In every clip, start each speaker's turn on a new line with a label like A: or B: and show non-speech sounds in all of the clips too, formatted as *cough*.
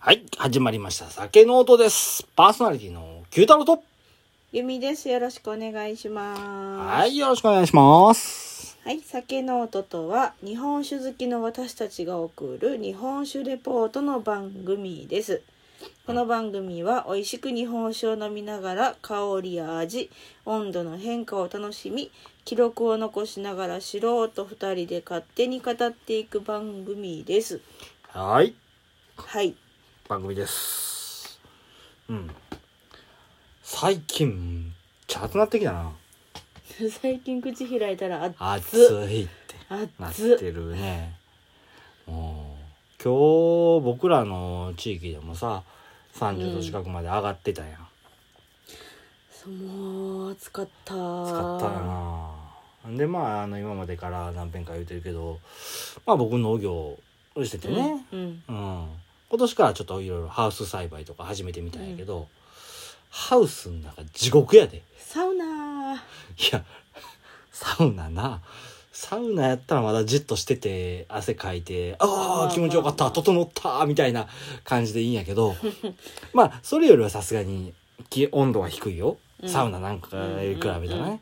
A: はい、始まりました。酒の音です。パーソナリティの九太郎と。
B: ゆみです。よろしくお願いします。
A: はい、よろしくお願いします。
B: はい。酒の音とは、日本酒好きの私たちが送る日本酒レポートの番組です。この番組は、美味しく日本酒を飲みながら、香りや味、温度の変化を楽しみ、記録を残しながら素人二人で勝手に語っていく番組です。
A: はい、
B: はい。 *laughs*
A: 番組です。うん。最近、チャートなってきたな。
B: 最近口開いたら熱、
A: 暑いってなっ
B: 熱。
A: てるね。もう、今日僕らの地域でもさ、30度近くまで上がってたやん。
B: もう、暑かった。暑
A: 使ったなでまああの今までから何遍か言うてるけどまあ僕農業をしててね、
B: うん。
A: うん今年からちょっといろいろハウス栽培とか始めてみたんやけど、ハウスの中地獄やでい *laughs*
B: サウナー
A: やサウナなサウナやったらまだじっとしてて汗かいてあ
B: まあ
A: あ気持ちよかっ
B: ま
A: た
B: あ
A: 整ったみたいな感じでいいんやけど *laughs* まあそれよりはさすがに気温度は低いよ
B: うん
A: サウナなんかに比べたらね、
B: うんうん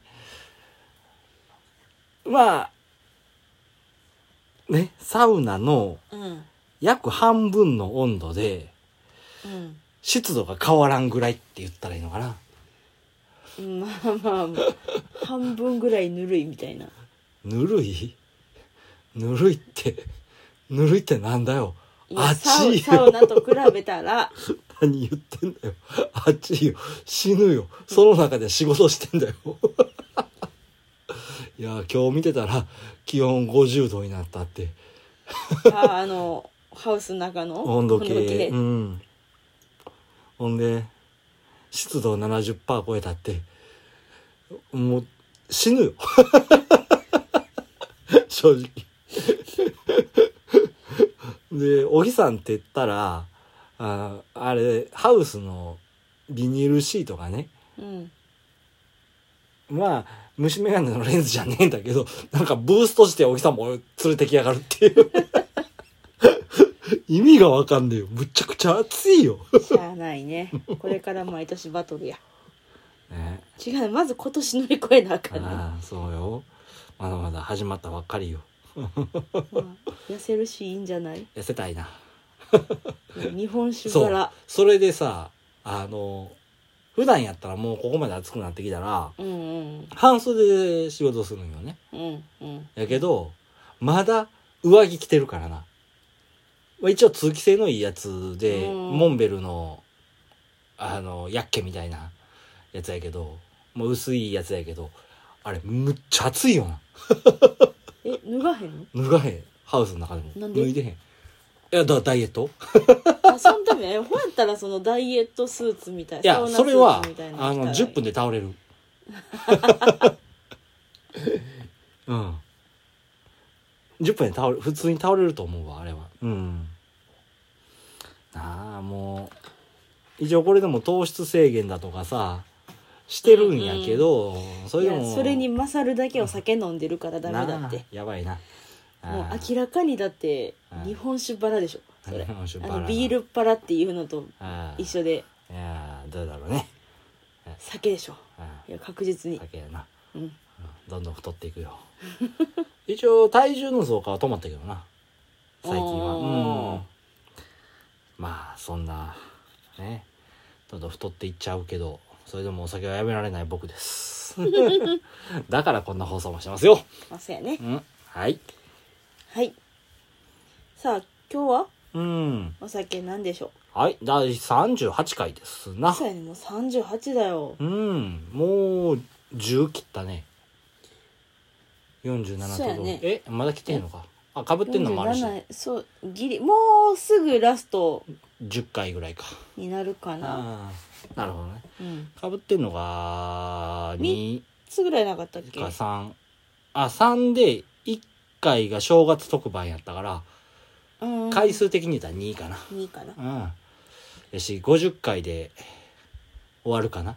A: まあねサウナの
B: うん
A: 約半分の温度で
B: うん
A: 湿度が変わらんぐらいって言ったらいいのかな
B: うんまあまあまあ半分ぐらいぬるいみたいな
A: ぬるいぬるいってぬるいってなんだよ
B: いやサ
A: 暑
B: ウ
A: い
B: サウ
A: よ
B: ナと比べたら
A: 何言ってんだよ暑いよ死ぬよその中で仕事してんだよ *laughs* いや今日見てたら気温50度になったって
B: ああのハウスの中の
A: 温度計
B: 温計
A: うんほんで湿度70%超えたってもう死ぬよ *laughs* 正直でお日さんって言ったらああれハウスのビニールシートがね
B: うん
A: まあ虫眼鏡のレンズじゃねえんだけどなんかブーストしてお日さんも連れてきやがるって
B: *laughs*
A: いう意味がわかんねえよむちゃくちゃ暑いよ、
B: しゃあないねこれから毎年バトルや
A: ね、
B: 違うまず今年乗り越えなあかんね
A: ああそうよまだまだ始まったばっかりよ
B: まあ痩せるしいいんじゃない
A: 痩せたいな
B: 日本酒
A: そ
B: か
A: う
B: ら
A: それでさあの普段やったらもうここまで暑くなってきたら
B: うんうん
A: 半袖で仕事するんよね
B: うんうん
A: やけどまだ上着着てるからな、まあ、一応通気性のいいやつで、
B: うん
A: モンベルのあのヤッケみたいなやつやけどもう薄いやつやけどあれむっちゃ暑いよな
B: え脱がへんの
A: 脱がへんハウスの中でも
B: なんで
A: 脱いでへんいやだダイエット
B: あそのためえほやったらそのダイエットスーツみたい
A: いや
B: サウナス
A: それは
B: ーツみたいな
A: あ
B: 着た
A: の
B: ら
A: 10分で倒れる *laughs* うん10分で倒れ普通に倒れると思うわあれはうんなあもう一応これでも糖質制限だとかさしてるんやけど、それ
B: い
A: で
B: や
A: も
B: それに勝るだけお酒飲んでるからダメだって
A: なあやばいな
B: もう
A: ああ
B: 明らかにだって
A: うん
B: 日本酒バラでしょそれ
A: 日本酒バ
B: あ
A: ラ
B: のビールバラっていうのと
A: ああ
B: 一緒で
A: いやあどうだろうね
B: 酒でしょ
A: ああ
B: いや確実に
A: 酒やな
B: うん
A: どんどん太っていくよ *laughs* 一応体重の増加は止まったけどな最近は
B: お
A: う
B: ー
A: んまあそんなねどんどん太っていっちゃうけどそれでもお酒はやめられない僕です *laughs* だからこんな放送もしてますよ、
B: まあそうやね
A: うん、はい
B: はいさあ今日は
A: うん
B: お酒なんでしょ
A: はい第38回です
B: う
A: な
B: そうやねもう38だよ
A: うんもう10切ったね47
B: そ
A: 都
B: うや
A: 道、
B: ね
A: えまだ来てんのかあかぶってんのもあるし
B: 47そうギリもうすぐラスト
A: 10回ぐらいか
B: になるかな
A: ああなるほどね
B: うん
A: かぶってんのが2
B: みいつぐらいなかったっけ
A: か3あ3で1回が正月特番やったから
B: うん
A: 回数的に言ったら2かな
B: 2かな
A: うんよし50回で終わるかな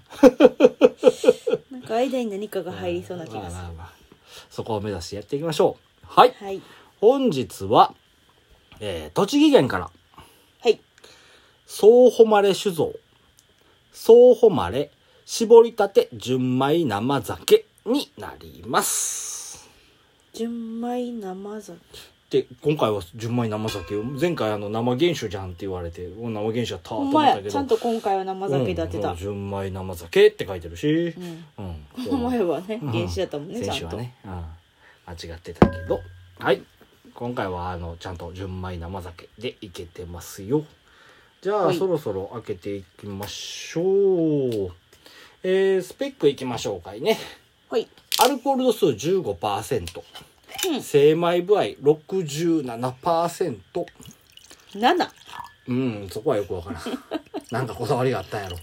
B: なんか間に何かが入りそうな気がす
A: まあま
B: る
A: あまあそこを目指してやっていきましょうはい
B: はい
A: 本日は、えー栃木県から
B: はい
A: 総誉れ酒造総誉れ絞りたて純米生酒になります
B: 純米生酒
A: で今回は純米生酒前回あの生原酒じゃんって言われてお生原酒やったと
B: ほ
A: 思
B: ん
A: っ
B: ま
A: た
B: や
A: けど
B: ちゃんと今回は生酒でやって
A: う
B: た
A: ん、純米生酒って書いてるし
B: う、ん、
A: うん、
B: *laughs* この前はね
A: うん
B: 原酒だったもんね、
A: 先
B: ち
A: 週
B: ゃ
A: は
B: んと、
A: ね、うん、間違ってたけどはい今回はあのちゃんと純米生酒でいけてますよじゃあ
B: はい
A: そろそろ開けていきましょうえー、スペックいきましょうかいね
B: はい
A: アルコール度数15%
B: うん
A: 精米部合67%
B: 7
A: うん、そこはよくわからん。なんかこだわりがあったんやろ。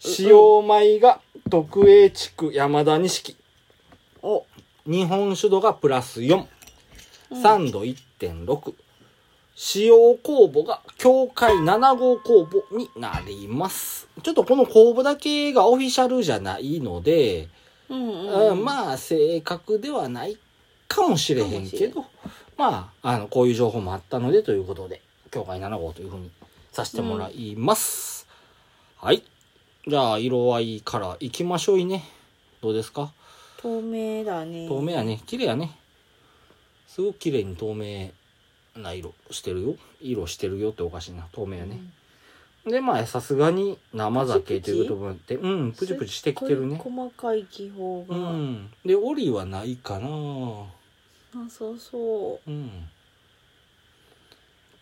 A: 使用米が特営地区山田錦。
B: お
A: 日本酒度がプラス4。酸度1.6。使用酵母が境界7号酵母になります。ちょっとこの酵母だけがオフィシャルじゃないので、
B: うんうんうん、
A: うん、まあ正確ではないかもしれへんけどまああのこういう情報もあったのでということで境界7号というふうにさせてもらいます、はいじゃあ色合いからいきましょういねどうですか
B: 透明だね
A: 透明やね綺麗やねすごく綺麗に透明な色してるよ色してるよっておかしいな透明やね、でまあさすがに生酒ということもあってうんプチプチしてきてるね
B: すっごい細かい気泡
A: う
B: が、
A: んでオリはないかな
B: なさそ
A: うん。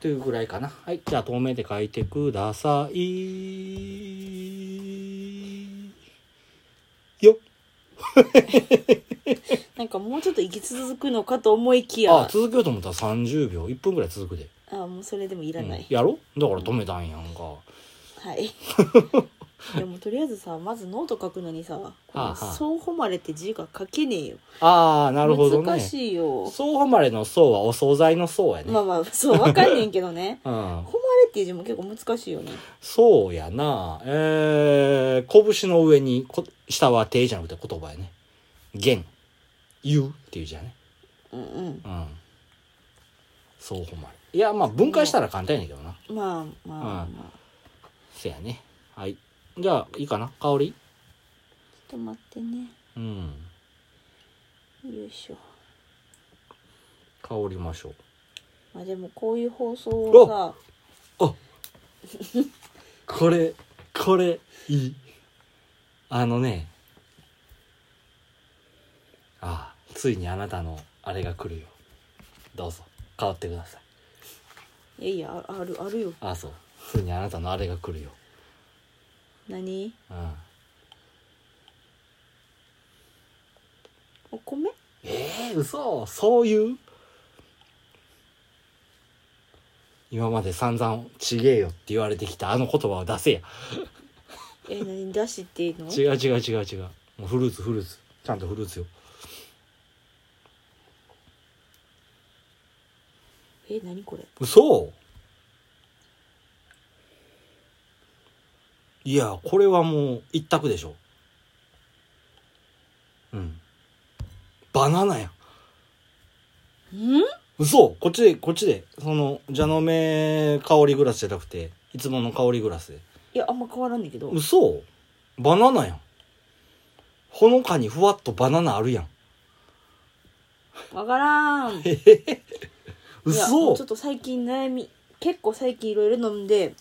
A: というぐらいかな。はい。じゃあ、透明で書いてください。よ
B: うなんかもうちょっと息続くのかと思いきや
A: あ、続けようと思ったら30秒、1分ぐらい続くで。
B: あもうそれでもいらない、
A: うんやろだから止めたんやんか。
B: はい
A: *laughs*
B: でもとりあえずさまずノート書くのにさ「こ
A: あ
B: の
A: あ
B: 総誉れ」って字が書けねえよ
A: ああ、なるほどね。
B: 難しいよ
A: そう誉れの層はお惣菜の層やね。
B: まあまあそうわかんねんけどね
A: うん。
B: 誉れっていう字も結構難しいよね
A: そうやな。えー、拳の上に、こ下は手じゃなくて言葉やね。言。言うっていう字やね。
B: うんうん
A: うん。そう誉れ。いや、まあ分解したら簡単やねんけどな。
B: まあまあまあ、
A: うん
B: ちょ
A: せやね。はい。じゃあ、いいかな香り
B: っと待ってね
A: うん。
B: よいしょ
A: 香りましょう。
B: まあでもこういう放送をさ
A: あ *laughs* これ、これ、いい。あのね。ああ、ついにあなたのあれが来るよ。どうぞ、変わってください。
B: いやいやああるあるよ
A: ああ、そう。ついにあなたのあれが来るよ。
B: 何
A: うん。
B: お米
A: ええ嘘そういう今まで散々「ちげえよ」って言われてきたあの言葉を出せや
B: え何出しっていうの
A: 違う違う違う違うもうフルーツフルーツちゃんとフルーツよ
B: え何これ
A: 嘘いやこれはもう一択でしょうんバナナや
B: ん
A: 嘘こっちでこっちでその蛇の目香りグラスじゃなくていつもの香りグラスで
B: いやあんま変わらんねんけど
A: 嘘バナナやんほのかにふわっとバナナあるやん
B: わからんいやも
A: 嘘
B: うちょっと最近悩み結構最近いろいろ飲んでこ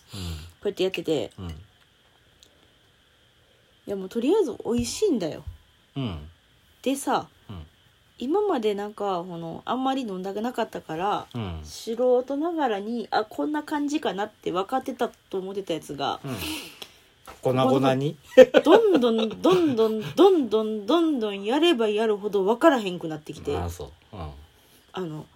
B: うやってやってて
A: うんうん
B: いやもうとりあえず美味しいんだよ
A: うん
B: でさ
A: うん
B: 今までなんかこのあんまり飲んだくなかったから
A: うん
B: 素人ながらにあこんな感じかなって分かってたと思ってたやつが
A: うん粉々
B: *laughs*
A: に
B: どんどんどんどんどんどんどんどんやればやるほど分からへんくなってきて
A: あ
B: あ
A: そううんあ
B: の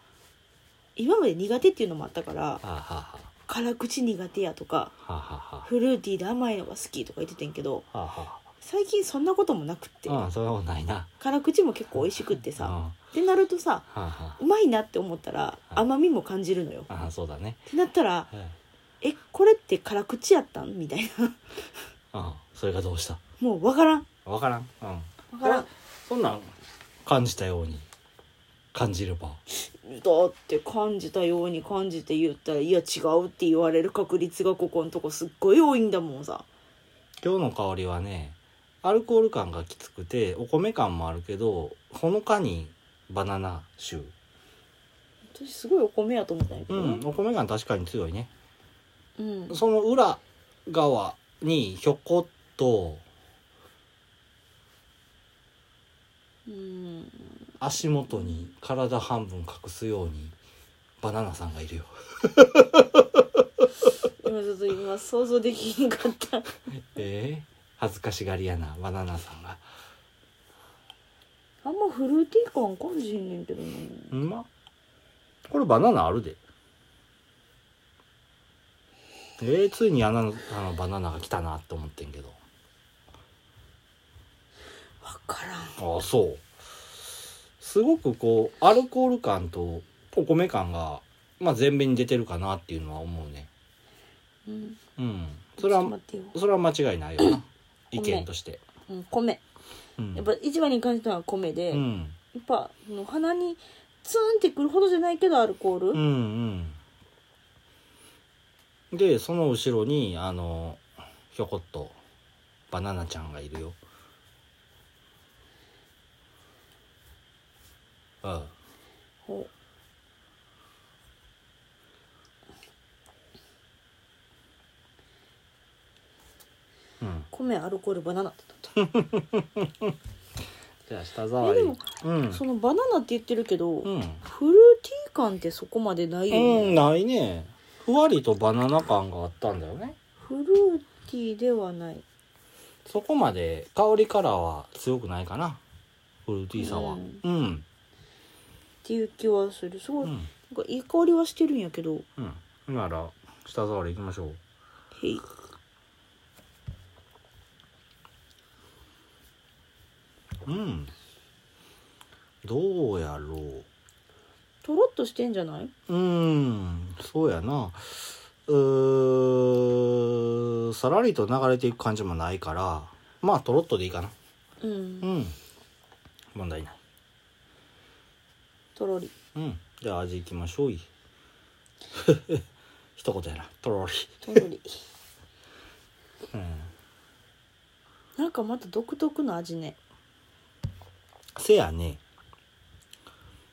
B: 今まで苦手っていうのもあったから
A: はは
B: 辛口苦手やとか
A: ははは
B: フルーティーで甘いのが好きとか言っててんけど
A: ははは
B: 最近そんなこともなくって
A: うんそれはないな
B: 辛口も結構美味しくって
A: うん
B: さ
A: は
B: ってなるとさ
A: あは
B: うまいなって思ったら甘みも感じるのよ
A: ああそうだね
B: ってなったら
A: うん
B: 「えこれって辛口やったん?」みたいな
A: うんそれがどうした
B: もう分からん
A: わからんうん
B: 分からん
A: そんなん感じたように感じれば
B: だって感じたように感じて言ったらいや違うって言われる確率がここのとこすっごい多いんだもんさ
A: 今日の香りはねアルコール感がきつくてお米感もあるけどほのかにバナナ臭
B: 私すごいお米やと思ったんやけ
A: う
B: ど
A: ん
B: な
A: お米感確かに強いね
B: うん、
A: その裏側にひょこっと
B: うん、
A: 足元に体半分隠すようにバナナさんがいるよ
B: 今ちょっと今想像できんかった
A: *laughs* ええ恥ずかしがり屋なバナナさんが
B: あんまフルーティー感感じへんねんけどな
A: うんまこれバナナあるでえー、ついにあのあのバナナが来たなって思ってんけど
B: 分からん
A: ああそうすごくこうアルコール感とお米感が、まあ、前面に出てるかなっていうのは思うね
B: うん
A: うんそれは
B: ちょっと待ってよ、
A: それは間違いないよな
B: 米
A: 意見として
B: うん、米
A: うん
B: やっぱ一番に感じたのは米で、
A: う
B: や
A: ん
B: っぱあの鼻にツーンってくるほどじゃないけどアルコール、
A: うんうんでその後ろにあのひょこっとバナナちゃんがいるようん
B: ほ
A: うん
B: 米アルコールバナナってなった
A: じゃあ舌触り
B: えでも
A: うん
B: そのバナナって言ってるけど、
A: うん
B: フルーティー感ってそこまでないよ
A: うん、
B: ね、
A: ないね。ふわりとバナナ感があったんだよね。
B: フルーティーではない
A: そこまで香りからは強くないかな。フルーティーさは。う
B: うん
A: ん。
B: っていう気はするすご
A: う
B: い、なん
A: ん。
B: かいい香りはしてるんやけど
A: うん。なら、舌触り行きましょう。
B: へい
A: うん。どうやろう。
B: とろっとしてんじゃない
A: うん、そうやな。うーさらりと流れていく感じもないから、まあ、とろっとでいいかな。
B: う
A: うんん。問題ない。
B: とろり
A: うん。じゃあ味いきましょう *laughs* い。一言やな。とろり。
B: とろり
A: *laughs* うん。
B: なんかまた独特の味ね
A: せやね。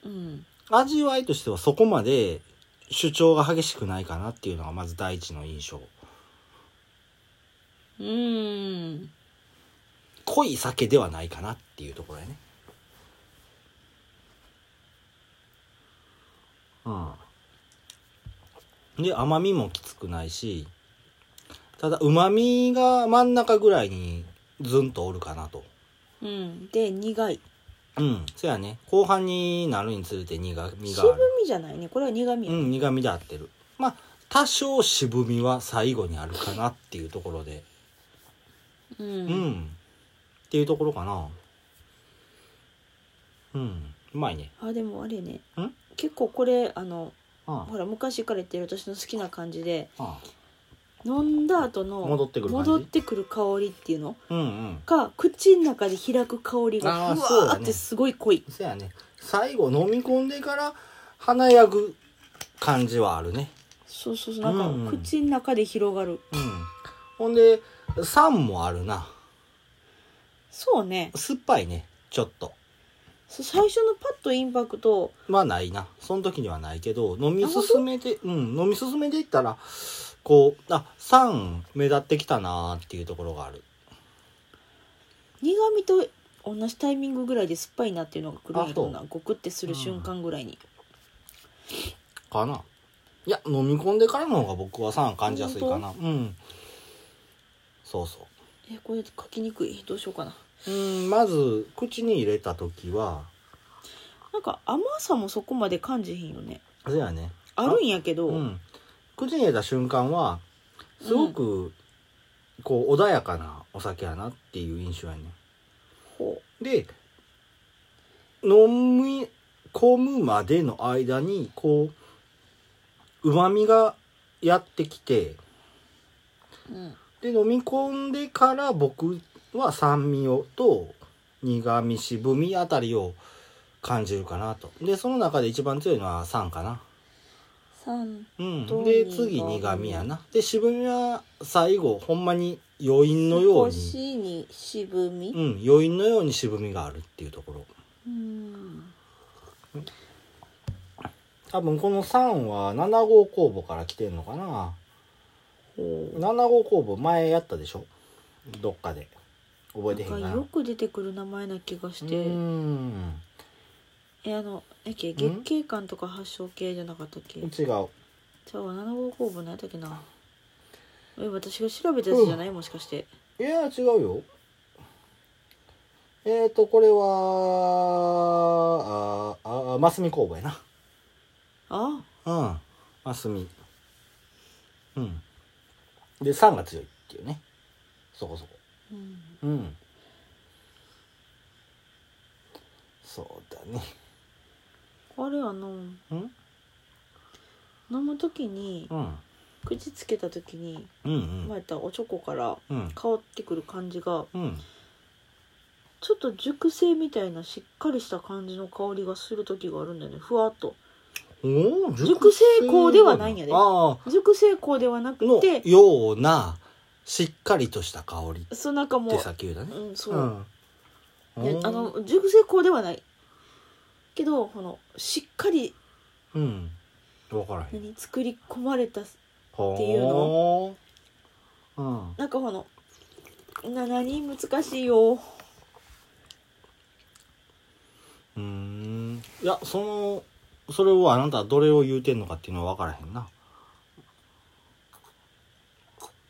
B: うん
A: 味わいとしてはそこまで主張が激しくないかなっていうのがまず第一の印象。
B: うーん
A: 濃い酒ではないかなっていうところやね。うん。で、甘みもきつくないし、ただ旨味が真ん中ぐらいにずんとおるかなと。
B: うんで苦い
A: うん、そやね。後半になるにつれて苦みが
B: 渋
A: ある。
B: みじゃないねこれは苦みや、
A: うん、苦みで合ってる。まあ、多少渋みは最後にあるかなっていうところで。
B: う
A: うんん。っていうところかな。うん。うまいね。
B: あでもあれね
A: ん
B: 結構これあの
A: あ
B: ほら昔から言ってる私の好きな感じで
A: あ。あ
B: 飲んだ後の
A: 戻ってくる感じ
B: 戻ってくる香りっていうの
A: あ。うんうん。
B: が口の中で開く香り
A: あー
B: がふ
A: そう
B: わ
A: だ
B: ー
A: ね
B: ってすごい濃い、
A: そやね。最後飲み込んでから華やぐ感じはあるね。
B: そうそうそう
A: うん
B: なんか口の中で広がる、
A: うん。ほんで、酸もあるな。
B: そうね
A: 酸っぱいね。ちょっと。
B: そう最初のパッとインパクト
A: はないな。その時にはないけど、飲み進めて、うん、飲み進めていったら、こう、あ、酸目立ってきたなーっていうところがある。
B: 苦味と同じタイミングぐらいで酸っぱいなっていうのがくるんやろう
A: あ
B: なゴクってする瞬間ぐらいに、
A: かな。いや、飲み込んでからの方が僕は酸感じやすいかな。うん。そうそ
B: えこれ書きにくいどうしようかな
A: う。うん、まず、口に入れた時は、
B: なんか甘さもそこまで感じへんよね
A: そうやね。
B: あるんやけど、
A: うん。口に入れた瞬間は、すごく、こう、穏やかなお酒やなっていう印象やね。
B: ほ
A: で飲み込むまでの間にこううまみがやってきて
B: う、うん、
A: で飲み込んでから僕は酸味をと苦味渋みあたりを感じるかなと。で、その中で一番強いのは酸かな。
B: 酸
A: うん
B: ど。う
A: で、
B: 苦味
A: 次苦味やな。で、渋みは最後、ほんまに余韻のように、
B: 腰に渋み
A: うん、余韻のように渋みがあるっていうところ。
B: うん
A: 多分この3は7号工房から来てんのかな。7号工房前やったでしょどっかで。覚えてへん
B: な
A: か
B: ん
A: な。
B: かよく出てくる名前な気がし
A: う
B: て
A: ん。
B: えあのえっけ月経感とか発症系じゃなかったっけ
A: 違う。
B: じゃあ七号工房何やったっけなえ私が調べたやつじゃないもしかして
A: いや違うよえっ、ー、とこれはああマスミ工房や
B: あ
A: なうんマスミうんで酸が強いっていうねそこそこ
B: うん
A: うんそうだね
B: あれあの
A: うん
B: 飲む時に
A: うん
B: 口つけた時に
A: うんう
B: 前
A: ん
B: やったおちょこから
A: うん
B: 香ってくる感じが
A: うん
B: ちょっと熟成みたいなしっかりした感じの香りがする時があるんだよねふわっと
A: おー
B: 熟成香ではないんやで
A: あ
B: 熟成香ではな
A: あ
B: く
A: の
B: て
A: ようなしっかりとした香りっ
B: そうなんかも
A: て
B: う
A: さっき言うたね
B: うんそう、
A: うん
B: いやあの熟成香ではないけどこのしっかり
A: うん。わからへん。
B: 何作り込まれた
A: って
B: いう
A: のうん。
B: なんかこのな何難しいよ
A: うーん。いや、その、それをあなたはどれを言うてんのかっていうのはわからへんな。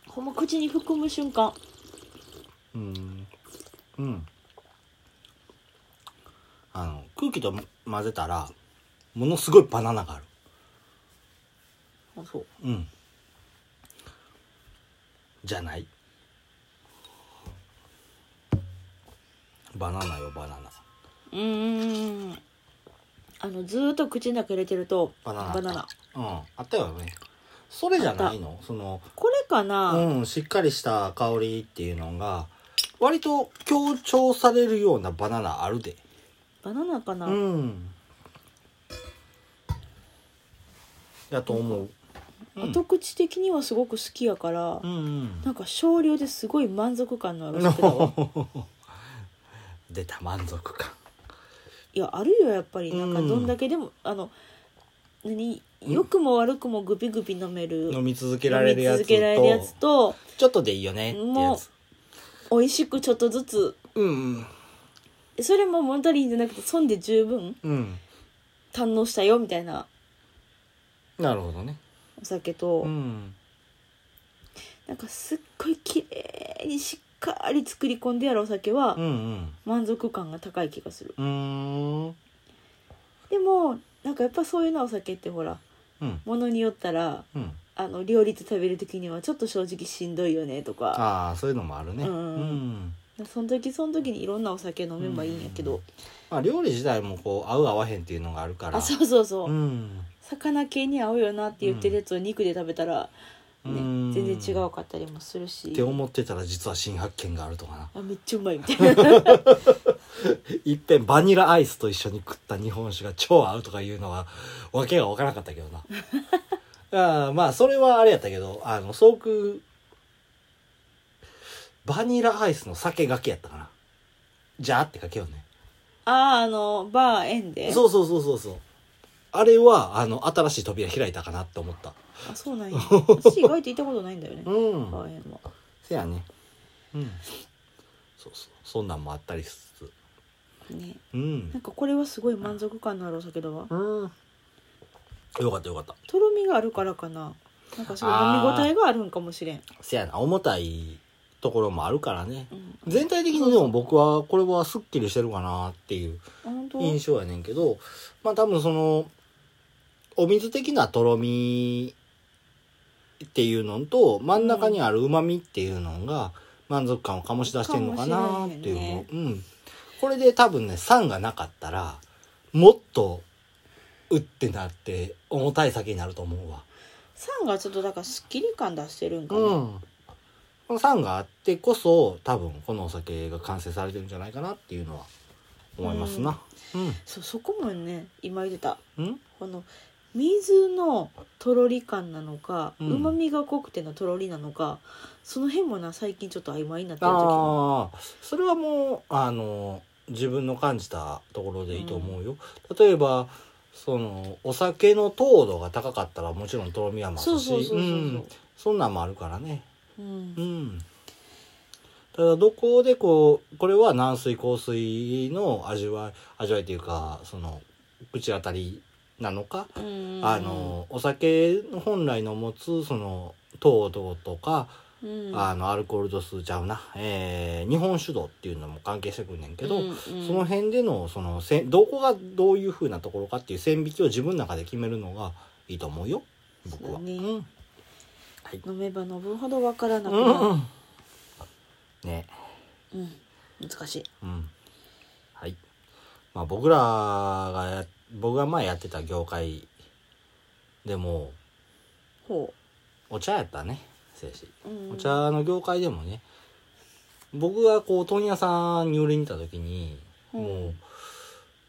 B: ほんま口に含む瞬間
A: うん。うん。あの、空気と混ぜたら、ものすごいバナナがある。
B: あそう
A: うん。じゃないバナナよ、バナナ。
B: うーんあのずーっと口の中入れてると
A: バナナ
B: バナナ
A: うん。あったよね。それじゃないのその、
B: これかな、
A: うん、しっかりした香りっていうのが、割と強調されるようなバナナあるで。
B: バナナかな、
A: うん。やと思う。うん
B: 後口的にはすごく好きやから、
A: うん、うん
B: なんか少量ですごい満足感のある
A: *laughs*
B: 酒だわ
A: 出た満足感。
B: いやあるよやっぱりなん
A: う
B: か
A: ん
B: どんだけでも、あの何良くも悪くもグビグビ飲める
A: 飲み続けられるやつ
B: 飲み続けられるやつ
A: と、
B: と
A: ちょっとでいいよねってやつ。
B: 美味しくちょっとずつ
A: うんうん。
B: それも物足りんじゃなくて損で十分
A: うん。
B: 堪能したよみたいな
A: なるほどね。
B: お酒と、
A: うん。
B: なんかすっごい綺麗にしっかり作り込んでやるお酒は
A: うん
B: 満足感が高い気がする
A: うん。うーん。
B: でもなんかやっぱそういうなお酒ってほら
A: うん。
B: ものによったら
A: うん。
B: あの料理と食べる時にはちょっと正直しんどいよねとか
A: ああ、そういうのもあるね。
B: うん
A: うん
B: その時その時にいろんなお酒飲めばいいんやけど、
A: まあ、料理自体もこう合う合わへんっていうのがあるから
B: あそうそうそう、
A: うん
B: 魚系に合うよなって言ってるやつを肉で食べたら、ね
A: うん
B: 全然違うかったりもするし
A: って思ってたら実は新発見があるとかな
B: あめっちゃうまいみ
A: *laughs*
B: たいな
A: いっぺんバニラアイスと一緒に食った日本酒が超合うとかいうのはわけが分からなかったけど
B: *laughs*
A: なあーまあそれはあれやったけどあの総空バニラアイスの酒がけやったかなじゃあってかけようね
B: あーあのバー園で
A: そうそうそうそうそうあれはあの新しい扉開いたかなって思った
B: あそうなんや私意外と行ったことないんだよね
A: うん
B: バー園も
A: せやねうんそうそうそんなんもあったりしつつ
B: ね
A: うん
B: なんかこれはすごい満足感のあるお酒だわ
A: うん。よかったよかった。
B: とろみがあるからかななんかすごい飲み応えがあるんかもしれん、
A: せやな、重たいところもあるからね。
B: うん、
A: 全体的にでも僕はこれはスッキリしてるかなっていう
B: あ本当
A: 印象やねんけど、まあ多分その、お水的なとろみっていうのと、真ん中にある旨味っていうのが満足感を醸し出してんのかなっていうの、
B: かもし
A: うん。これで多分ね、酸がなかったら、もっと、うってなって、重たい酒になると思うわ。
B: 酸がちょっとだからすっきり感出してるんかな、
A: うん。この酸があってこそ、多分このお酒が完成されてるんじゃないかなっていうのは思いますな。うん。
B: そうそこもね今言ってた
A: うん。
B: この水のとろり感なのか
A: う
B: うんま、みが濃くてのとろりなのかその辺もな最近ちょっと曖昧になってる時が
A: ああ、それはもう、あの、自分の感じたところでいいと思うよ。例えば、その、お酒の糖度が高かったらもちろんとろみは増
B: そう
A: す
B: そう
A: し、
B: そうそううそ
A: ん。そんなんもあるからね。
B: う、うん
A: うん。ただどこでこう、これは軟水硬水の味わい、味わいというか、その、口当たりなのか、
B: うん
A: あの、お酒の本来の持つ、その、糖度とか、
B: うん
A: あの、アルコール度数ちゃうな、えー日本酒度っていうのも関係してくんねんけど、
B: うんうん
A: その辺での、その、せんどこがどういう風なところかっていう線引きを自分の中で決めるのがいいと思うよ、僕
B: そう
A: は。
B: だね
A: うん
B: 飲めば飲むほどわからなくな
A: う
B: る、
A: んうん。ね
B: うん難しい
A: うん。はい。まあ僕らがや、僕が前やってた業界でも、
B: ほ
A: お茶やったね、せいし。
B: う、うん、
A: お茶の業界でもね、僕がこう、問屋さんに売りに行った時に、
B: うん
A: も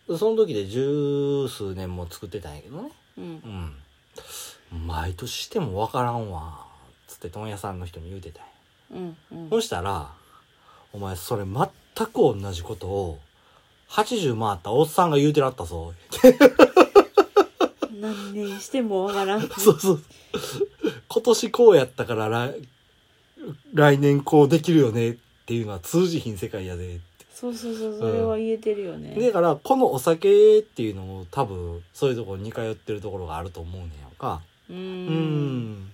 A: う、その時で十数年も作ってたんやけどね。
B: うん
A: うん。毎年してもわからんわ。つって問屋さんの人に言うてたんや。
B: うんうん
A: そしたら、お前それ全く同じことを、80回ったおっさんが言うてらったぞ。 *laughs*
B: 何年してもわからん
A: そうそう。今年こうやったから来、来年こうできるよねっていうのは通じひん世界やで。
B: そうそうそうそれは言えてるよね、
A: だから、このお酒っていうのも多分、そういうところに通ってるところがあると思うねんやんか。
B: うん
A: うん。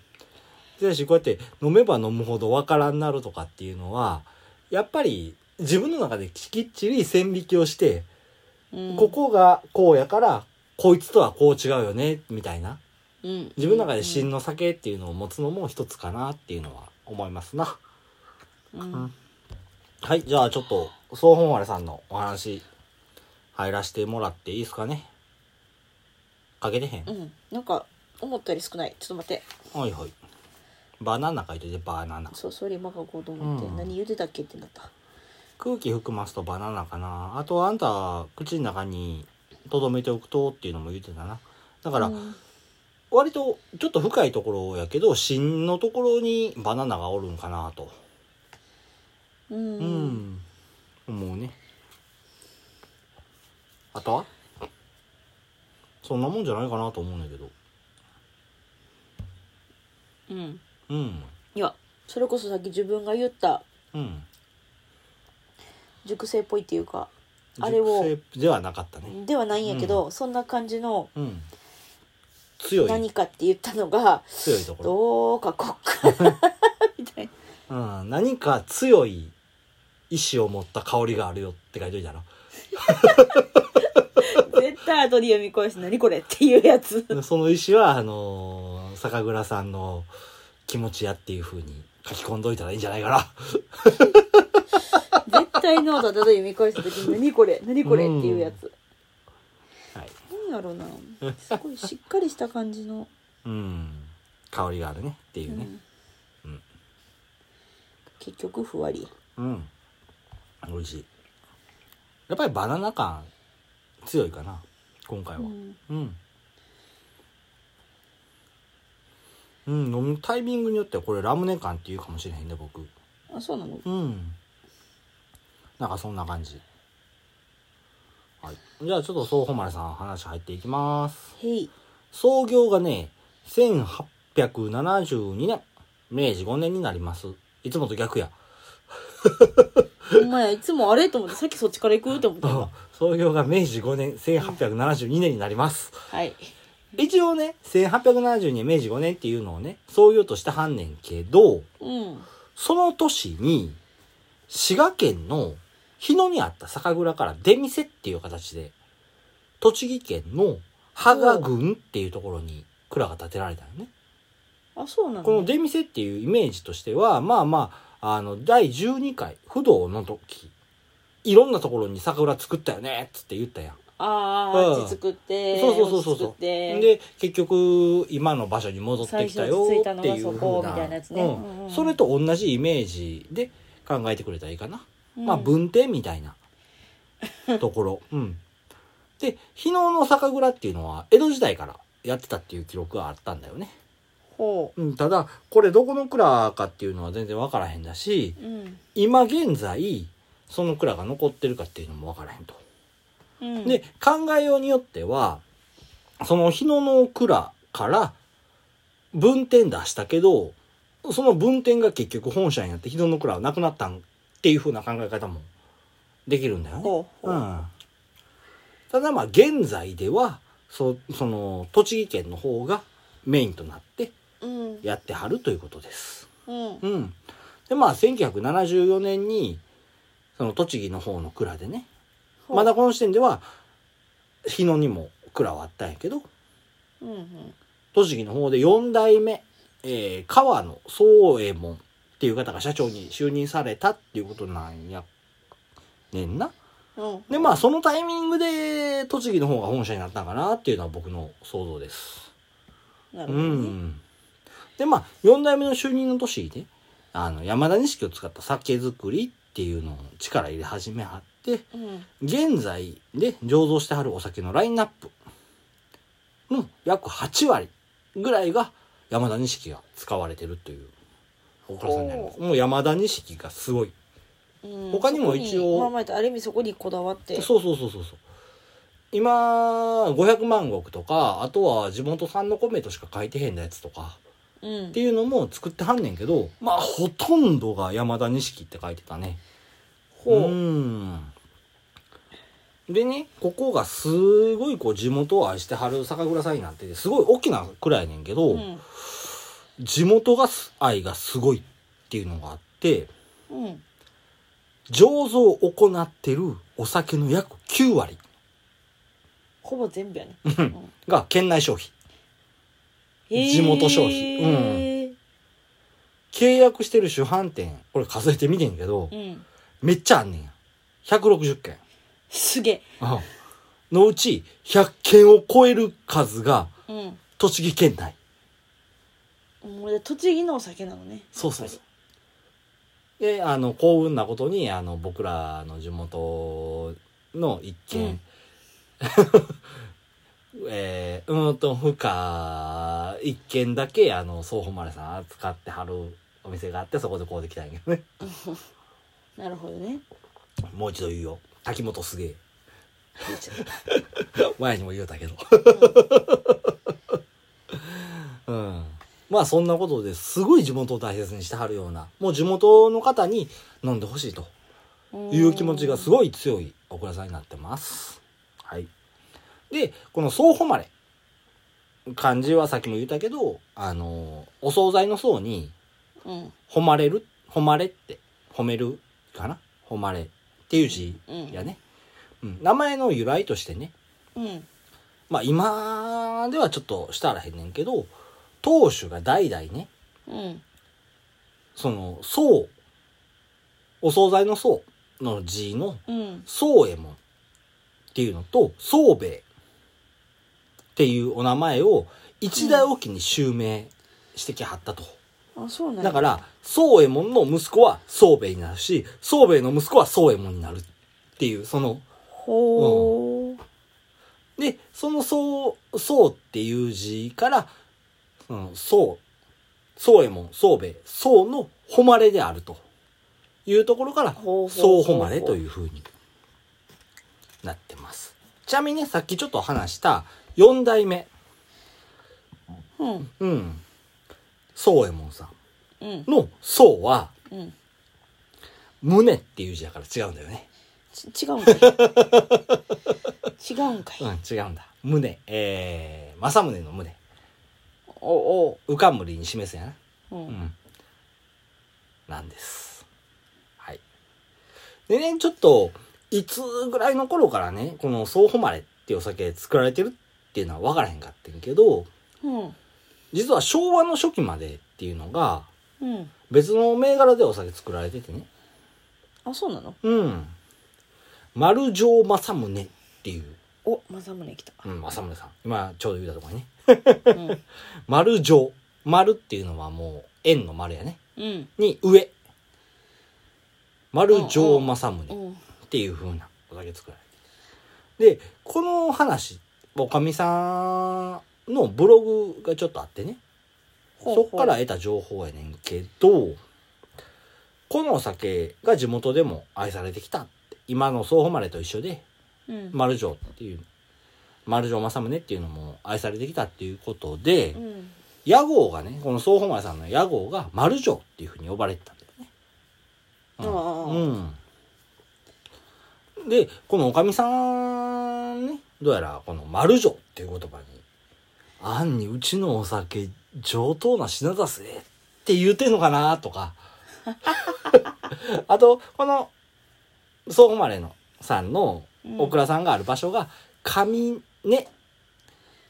A: だし、こうやって飲めば飲むほどわからんなるとかっていうのは、やっぱり自分の中できっちり線引きをして、
B: うん
A: ここがこうやから、こいつとはこう違うよね、みたいな。
B: うん
A: 自分の中で真の酒っていうのを持つのも一つかなっていうのは思いますな。
B: うん
A: はい、じゃあちょっと、総本丸さんのお話、入らせてもらっていいですかね。かけてへん
B: う。ん、なんか思ったより少ないちょっと待って
A: はいはい。バナナ書いといて、バナナ。
B: そうそれ今書こうと思って、
A: うん
B: 何言うてたっけってなった
A: 空気含ますとバナナかな。あと、あんた、口の中に留めておくとっていうのも言ってたな。だから、
B: うん
A: 割とちょっと深いところやけど芯のところにバナナがおるんかなと
B: うん
A: うん、思うねあとはそんなもんじゃないかなと思うんだけど
B: うん
A: うん
B: いやそれこそさっき自分が言った
A: うん
B: 熟成っぽいっていうかあれを
A: 熟成ではなかったね
B: ではないんやけど、そんな感じの
A: うん強
B: 何
A: い
B: かって言ったのが
A: 強いところ
B: どうかこっかみたいな
A: うん何か強い意志を持った香りがあるよって書いといたら *laughs*
B: 絶対後で読み返して何これっていうやつ
A: その石は、あのー酒蔵さんの気持ちやっていう風に書き込んどいたらいいんじゃないかな。
B: 絶対ノート後で読み返した時に何これ何これっていうやつ
A: はい。
B: 何やろうなすごいしっかりした感じの、
A: うん。香りがあるねっていううね。
B: ん
A: うん
B: 結局ふわり
A: うん。美味しい。やっぱりバナナ感強いかな。今回は。
B: うん
A: うん。うん、飲むタイミングによってはこれラムネ感っていうかもしれへんね、僕。
B: あそうなの
A: うん。なんかそんな感じ。はい。じゃあちょっと総誉さん話入っていきます。
B: へい
A: 創業がね、1872年、明治5年になります。いつもと逆や。
B: お前いつもあれと思ってさっきそっちから行くと思ってた
A: *laughs* 創業が明治5年、1872年になります。
B: はい
A: 一応ね、1872年、明治5年っていうのをね、創業としてはんねんけど、
B: うん
A: その年に、滋賀県の日野にあった酒蔵から出店っていう形で、栃木県の羽賀郡っていうところに蔵が建てられたよね。
B: あそうなの
A: この出店っていうイメージとしては、まあまあ、あの、第12回、不動の時、いろんなところに酒蔵作ったよね、っつって言ったやん。
B: あ
A: う
B: あ
A: ん
B: あっち作って
A: そうそうそうそう
B: こっち作って
A: で、結局、今の場所に戻ってきたよっていう
B: 最初落ち着いたのがそ
A: ふう
B: こ
A: な
B: みたいなやつね
A: うん
B: うんうん
A: それと同じイメージで考えてくれたらいいかな。
B: うん
A: まあ、文典みたいな。
B: *laughs*
A: ところ。うん。で、日野の酒蔵っていうのは江戸時代からやってたっていう記録があったんだよね。
B: ほ
A: うん、ただ、これどこの蔵かっていうのは全然わからへんだし、
B: ううん
A: 今現在、その蔵が残ってるかっていうのもわからへんと。
B: うん
A: で、考えようによっては、その日野の蔵から分店出したけど、その分店が結局本社になって日野の蔵はなくなったんっていう風な考え方もできるんだよね。
B: ほうほ
A: う
B: う
A: ん、ただまあ現在ではそその栃木県の方がメインとなって
B: うん
A: やってはるということです。
B: うん
A: うん、でまあ1974年にその栃木の方の蔵でね
B: ほう
A: まだこの時点では日野にも蔵はあったんやけど
B: うんうん
A: 栃木の方で4代目、えー川野宗右衛門っていう方が社長に就任されたっていうことなんやねんな。
B: うん
A: でまあそのタイミングで栃木の方が本社になったかなっていうのは僕の想像です。
B: なる
A: う
B: ほどね
A: ん。でまあ4代目の就任の年にねあの山田錦を使った酒造りっていうのを力入れ始めはって
B: うん
A: 現在で醸造してはるお酒のラインナップの約8割ぐらいが山田錦が使われてるというお蔵さんになります。もう山田錦がすごい
B: うん
A: 他にも一応
B: そこにまあまあある意味そこにこだわって
A: そうそうそうそうそう今500万石とかあとは地元産の米としか書いてへんのやつとか
B: うん
A: っていうのも作ってはんねんけどまあほとんどが山田錦って書いてたねう
B: ほ
A: んでねここがすごいこう地元を愛してはる酒蔵さんになっててすごい大きな蔵やねんけど、
B: ううん
A: 地元がす愛がすごいっていうのがあって
B: うん
A: 醸造を行ってるお酒の約9割
B: ほぼ全部やねうん
A: が県内消費
B: へー
A: 地元消費う契約してる主販店、これ数えてみてんけど
B: う、ん
A: めっちゃあんねんや。160件。
B: すげえ
A: のうち、100件を超える数が、
B: うん
A: 栃木県内。
B: もう栃木のお酒なのね
A: そうそうそう。で、あの、幸運なことに、あの、僕らの地元の一軒、 *laughs* えー、うーんと、ふか、一軒だけ、あの、総本れさん扱ってはるお店があって、そこでこうできたんやけどね。
B: なるほどね
A: *laughs* もう一度言うよ。滝本すげ *laughs* え。
B: 言っちゃった
A: 前にも言うたけど。 *laughs* うん。まあそんなことですごい地元を大切にしてはるような、もう地元の方に飲んでほしいという気持ちがすごい強いお蔵さんになってます。はい。で、この総誉れ。漢字はさっきも言ったけど、あの、お惣菜の層に、
B: うん
A: 誉れる、誉れって、褒めるかな誉れっていう字やね。うん。名前の由来としてね、
B: うん
A: まあ今ではちょっとしたらへんねんけど、当主が代々ね、
B: うん
A: その、宋、お惣菜の宋の字の、
B: うん
A: 宋右衛門っていうのと、宋兵衛っていうお名前を一代おきに襲名してきはったと。
B: あそうなん
A: だから、宋右衛門の息子は宋兵衛になるし、宋兵衛の息子は宋右衛門になるっていう、その、
B: ほう
A: で、そのそう、そうっていう字から、そのそう、そうえもん、そうべ、そうの誉れであるというところから、
B: ほうほう
A: そう
B: ほう
A: 誉れというふうになってます。ちなみにね、さっきちょっと話した四代目、
B: うん
A: うん、そうえもんさ
B: うん
A: んのそうは、
B: うん
A: 胸っていう字だから違うんだよね。
B: ち違うんかい違うんかい
A: うん、違うんだ。胸、えー、正宗の胸。
B: おお
A: うかむりに示すやな。
B: う
A: うんん、なんです。はい。でね、ちょっと、いつぐらいの頃からね、この総誉れっていうお酒作られてるっていうのは分からへんかってんけど、
B: うん
A: 実は昭和の初期までっていうのが、
B: うん
A: 別の銘柄でお酒作られててね。
B: あそうなの
A: うん。丸城正宗っていう、
B: お正宗来た
A: うん、正宗さん。今、ちょうど言うたとこにね。
B: うん
A: 丸城。丸っていうのはもう、円の丸やね。
B: うん
A: に、上。丸城正宗。
B: う
A: っ
B: ん
A: ていう風なお酒作られてでこの話おかみさんのブログがちょっとあってね
B: ほうほ
A: そうっから得た情報やねんけどこのお酒が地元でも愛されてきたって今の総誉れと一緒で
B: うん
A: 丸城っていう丸城正宗っていうのも愛されてきたっていうことで、
B: うん
A: 屋号がねこの総本丸さんの屋号が丸城っていうふうに呼ばれてたんだよね。
B: ああ
A: うん、でこのおかみさんねどうやらこの「丸城」っていう言葉に「あんにうちのお酒上等な品だぜ」って言うてんのかなとか *laughs* あとこの総誉れのさんの
B: うん
A: オクラさんがある場所が「上根」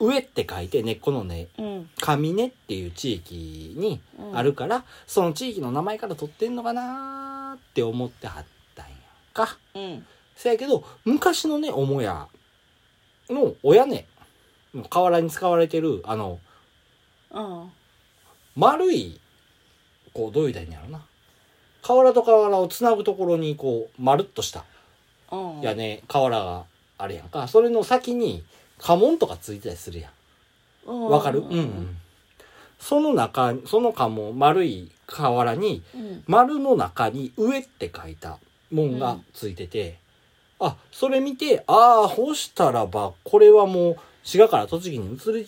A: 上って書いて根っこの根
B: うん
A: 上根っていう地域に
B: うん
A: あるから、その地域の名前から取ってんのかなーって思ってはったんやんか。
B: うん
A: せやけど昔のね母屋のお屋根の瓦に使われてるあの
B: あ
A: 丸いこうどういうたらいいんやろな瓦と瓦をつなぐところにこうまるっとした
B: あうん
A: 屋根瓦があるやんかそれの先に家紋とかついてたりするやん。
B: うん
A: わかるうん。その中、そのかも丸い瓦に、
B: うん
A: 丸の中に上って書いた門がついてて、あ、それ見て、ああ、干したらば、これはもう、滋賀から栃木に移り、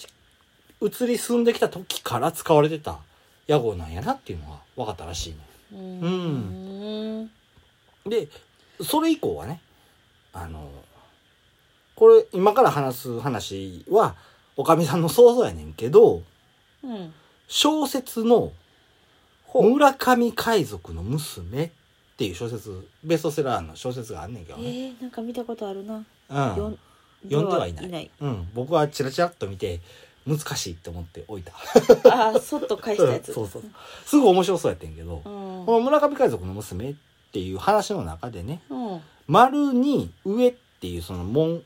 A: 移り住んできた時から使われてた屋号なんやなっていうのが分かったらしいね。
B: うん
A: んで、それ以降はね、あの、これ、今から話す話は、おかみさんの想像やねんけど、
B: うん
A: 小説の「村上海賊の娘」っていう小説ベストセラーの小説があんねんけ
B: え
A: どね、
B: ーなんか見たことあるな
A: う
B: よ
A: ん
B: ん、
A: 読んではいない
B: いない
A: うん、僕はチラチラっと見て難しいって思っておいた
B: ああそっと返したや
A: *laughs*
B: つ
A: そうそうすぐ面白そうやってんけど、
B: うん
A: この「村上海賊の娘」っていう話の中でね
B: うん
A: 「丸に上」っていうその門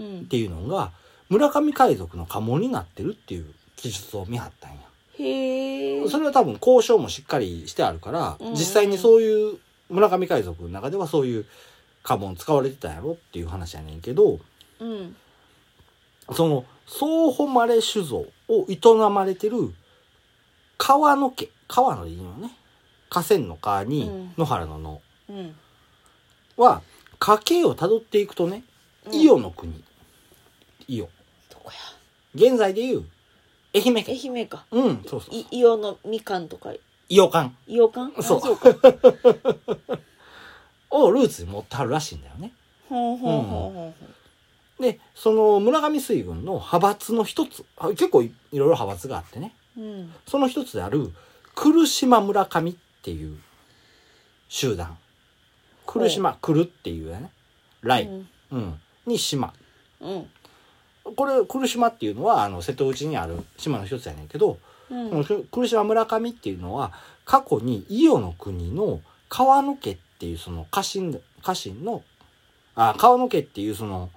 A: っ
B: ん
A: ていうのが村上海賊の家紋になってるっていう記述を見張ったんや。
B: へえ
A: それは多分交渉もしっかりしてあるから、
B: うんうん
A: 実際にそういう村上海賊の中ではそういう家紋使われてたんやろっていう話やねんけど
B: うん
A: その総誉れ酒造を営まれてる川野家川野でいいのね河川の川に
B: うん
A: 野原の野
B: うん
A: は家系をたどっていくとね、
B: うん
A: 伊予の国伊予
B: どこや
A: 現在でいう愛媛県
B: 愛媛か
A: うんそうそう
B: い伊予のみかんとか
A: 伊予館
B: 伊予かんあ
A: そう
B: そうか
A: をルーツに持ってはるらしいんだよね
B: ほうほうほうほう
A: でその村上水軍の派閥の一つあ結構いいろいろ派閥があってね
B: ほううん
A: その一つである来島村上っていう集団
B: う
A: 来島来るっていうね来、
B: うん
A: うん、に島
B: うん
A: これ来島っていうのはあの瀬戸内にある島の一つやねんけど、
B: うん
A: この来島村上っていうのは過去に伊予の国の川野家っていうその家臣家臣のあ川野家っていうその、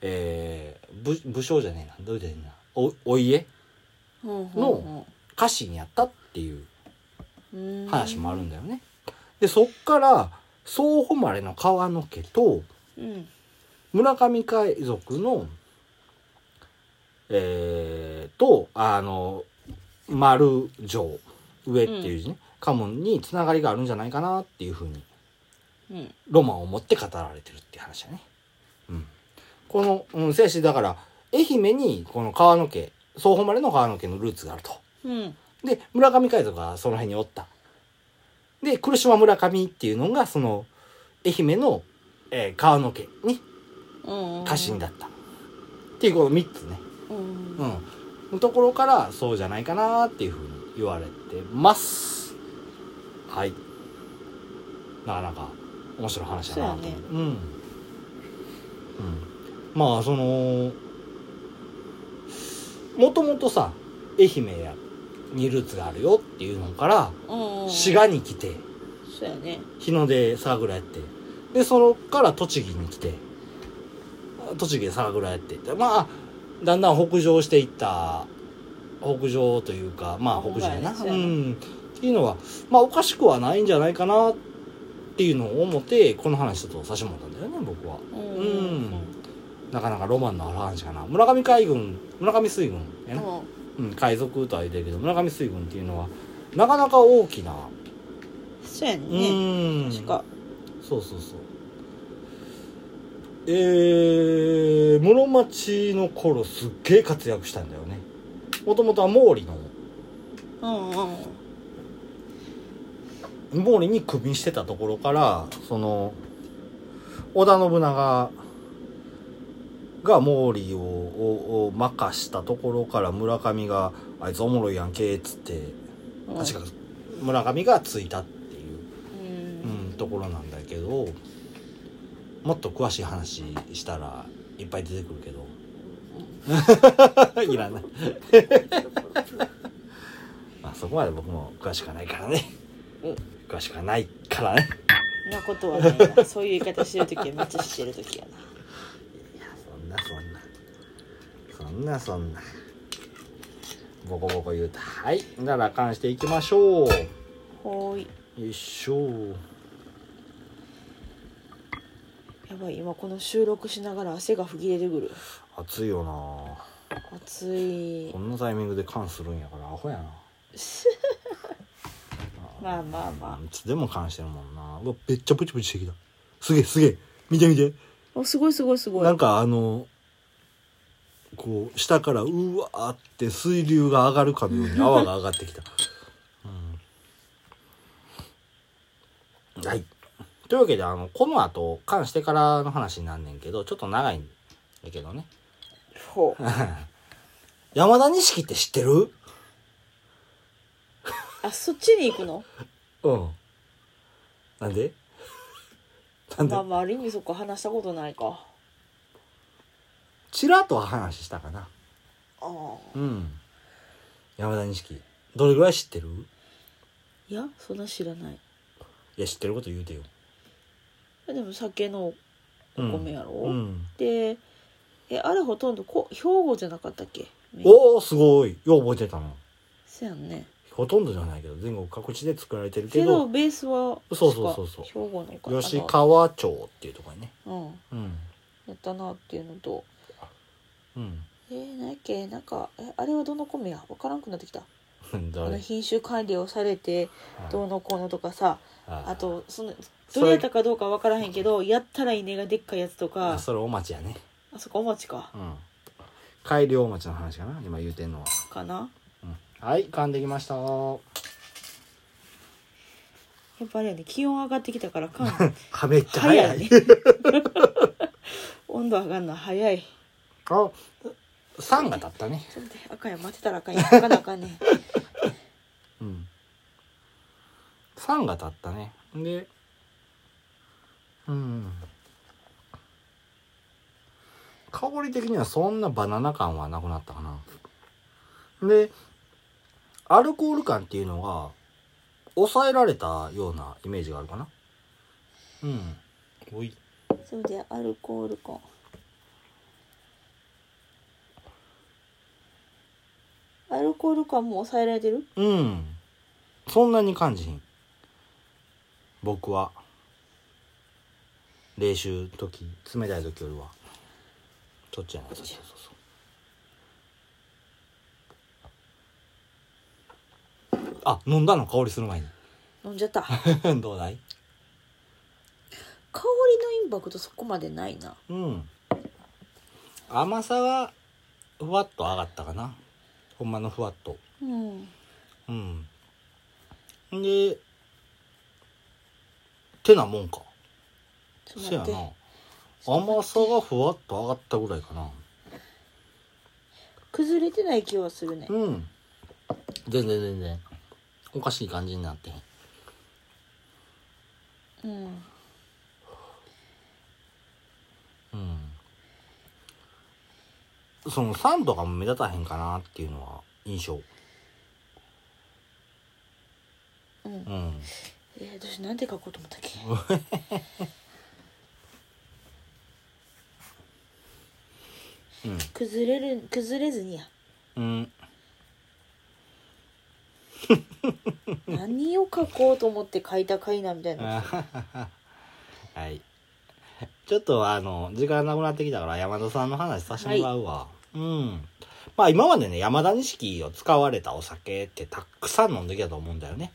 A: えー武武将じゃねえなどう言うてんなおお家
B: ほうほ
A: 家臣やったっていう
B: うほう
A: 話もあるんだよね。でそっから総誉れの川野家と
B: うん
A: 村上海賊のえー、とあの丸城上っていう字ね、家紋につながりがあるんじゃないかなっていうふうに
B: うん
A: ロマンを持って語られてるっていう話だね。うん、この、うん、せやしだから愛媛にこの川野家総誉れの川野家のルーツがあると。
B: うん
A: で村上海賊がその辺におった。で来島村上っていうのがその愛媛の、えー川野家に
B: うん
A: 家臣だった。っていうこの3つね。
B: うん
A: うん。のところからそうじゃないかなっていうふうに言われてます。はい。なかなか面白い話だなと思う。
B: そうやね
A: うん。うん。まあその、もともとさ、愛媛やにルーツがあるよっていうのから、
B: うん
A: 滋賀に来て、
B: そうやね
A: 日の出酒蔵やってでそのから栃木に来て栃木で酒蔵やってでまあだんだん北上していった北上というかまあ北上やな、
B: ほんまやねそううやなん
A: っていうのはまあおかしくはないんじゃないかなっっていうのを思ってこの話ちょっとさしてもらったんだよね僕は
B: う
A: うん、なかなかロマンのある話かな村上海軍村上水軍やな、
B: も
A: うん、海賊とは言うてるけど村上水軍っていうのはなかなか大きな、
B: うそうやん
A: う
B: ね
A: ん
B: 確か
A: そうそうそうえー、室町の頃すっげえ活躍したんだよねもともとは毛利の
B: うんうん
A: 毛利にクビしてたところからその織田信長が毛利ををを任したところから村上が「あいつおもろいやんけ」っつって
B: うん
A: 確か村上がついたっていう
B: う
A: うん
B: ん、
A: ところなんだけどもっと詳しい話したらいっぱい出てくるけど *laughs* いらない *laughs* まあそこまで僕も詳しくはないからね
B: うん
A: 詳しくはないからね
B: そんなことはないなそういう言い方してる時はめっちゃしてる時やな
A: いやそんなそんなそんなそんなボコボコ言うたはいなら関していきましょう
B: ほーい
A: よいしょ
B: やばい今この収録しながら汗が吹き出てくる
A: 暑いよな
B: 暑い
A: こんなタイミングで缶するんやからアホやな
B: まあまあま
A: いつでも関してるもんなうわめっちゃプチプチしてきたすげえすげえ見て見て
B: あおすごいすごいすごい
A: なんかあのこう下からうわーって水流が上がるかのように泡が上がってきた、うん、はいというわけであのこの後関してからの話になんねんけどちょっと長いんだけどね
B: ほう
A: 山田錦って知ってる
B: あそっちに行くの
A: うんなんでなんで
B: まあまあある意味そっか話したことないか
A: ちらっとは話したかな
B: ああ
A: うん山田錦どれぐらい知ってる
B: いやそんな知らない
A: いや知ってること言うてよ
B: でも酒の
A: お
B: お米やろ、
A: うん、
B: でえあれほとんどこ兵庫じゃなかったっけ
A: おおすごいよう覚えてたの
B: そやんね
A: ほとんどじゃないけど全国各地で作られてるけ
B: けど
A: ど
B: ベースは
A: そうそうそうそう
B: 確か兵庫のかな
A: 吉川町っていうところにね
B: うん
A: うん
B: やったなっていうのと
A: うん
B: えー、なんやっけなんかえあれはどの米やわからんくなってきた
A: *laughs*
B: あの
A: 誰
B: 品種改良されてどうのこうのとかさ
A: あ
B: あとその
A: それ
B: どれやったかどうかわからへんけどやったら稲がでっかいやつと
A: あ
B: か
A: それお町やね
B: あそこお待ちか
A: うん改良お町の話かな今言うてんのは、
B: かな
A: うん、はい噛んできました
B: やっぱあれやね気温上がってきたからか
A: はめっちゃ
B: 早
A: 早
B: い
A: い
B: ね *laughs* 温度上がんの早い
A: あ酸が立ったね
B: ちょっと待って赤や待ってたらあかんやんかなあかんねん
A: うん。酸が立ったね。で、うん。香り的にはそんなバナナ感はなくなったかな。で、アルコール感っていうのが抑えられたようなイメージがあるかな。うん。おい。
B: そうでアルコールかアルコール感も抑えられてる
A: うん。そんなに感じひん。僕は。練習時、冷たい時よりは。そっちやない。そうそうそう。あ、飲んだの香りする前に。 *laughs*
B: 飲んじゃった香
A: どうだい
B: りのインパクトそこまでないな
A: うん。甘さは、ふわっと上がったかな。ほんまのふわっと。
B: うん
A: うん。で、てなもんか。
B: ちょっ
A: そ
B: と
A: や
B: 待
A: な
B: って
A: 甘さがふわっと上がったぐらいかな
B: 崩れてない気はするね
A: うん全然全然おかしい感じになってへん
B: うん
A: うんその酸とかも目立たへんかなっていうのは印象
B: うん
A: うん
B: えー、私なんて書こうと思ったっけ
A: *laughs* うん *laughs*
B: 崩れる崩れずにや
A: うん
B: 何を書こうと思って書いたかいなみたいな
A: はい。ちょっとあの、時間なくなってきたから山田さんの話させてもらうわ。うん。まあ今までね、山田錦を使われたお酒ってたくさん飲んできたと思うんだよね。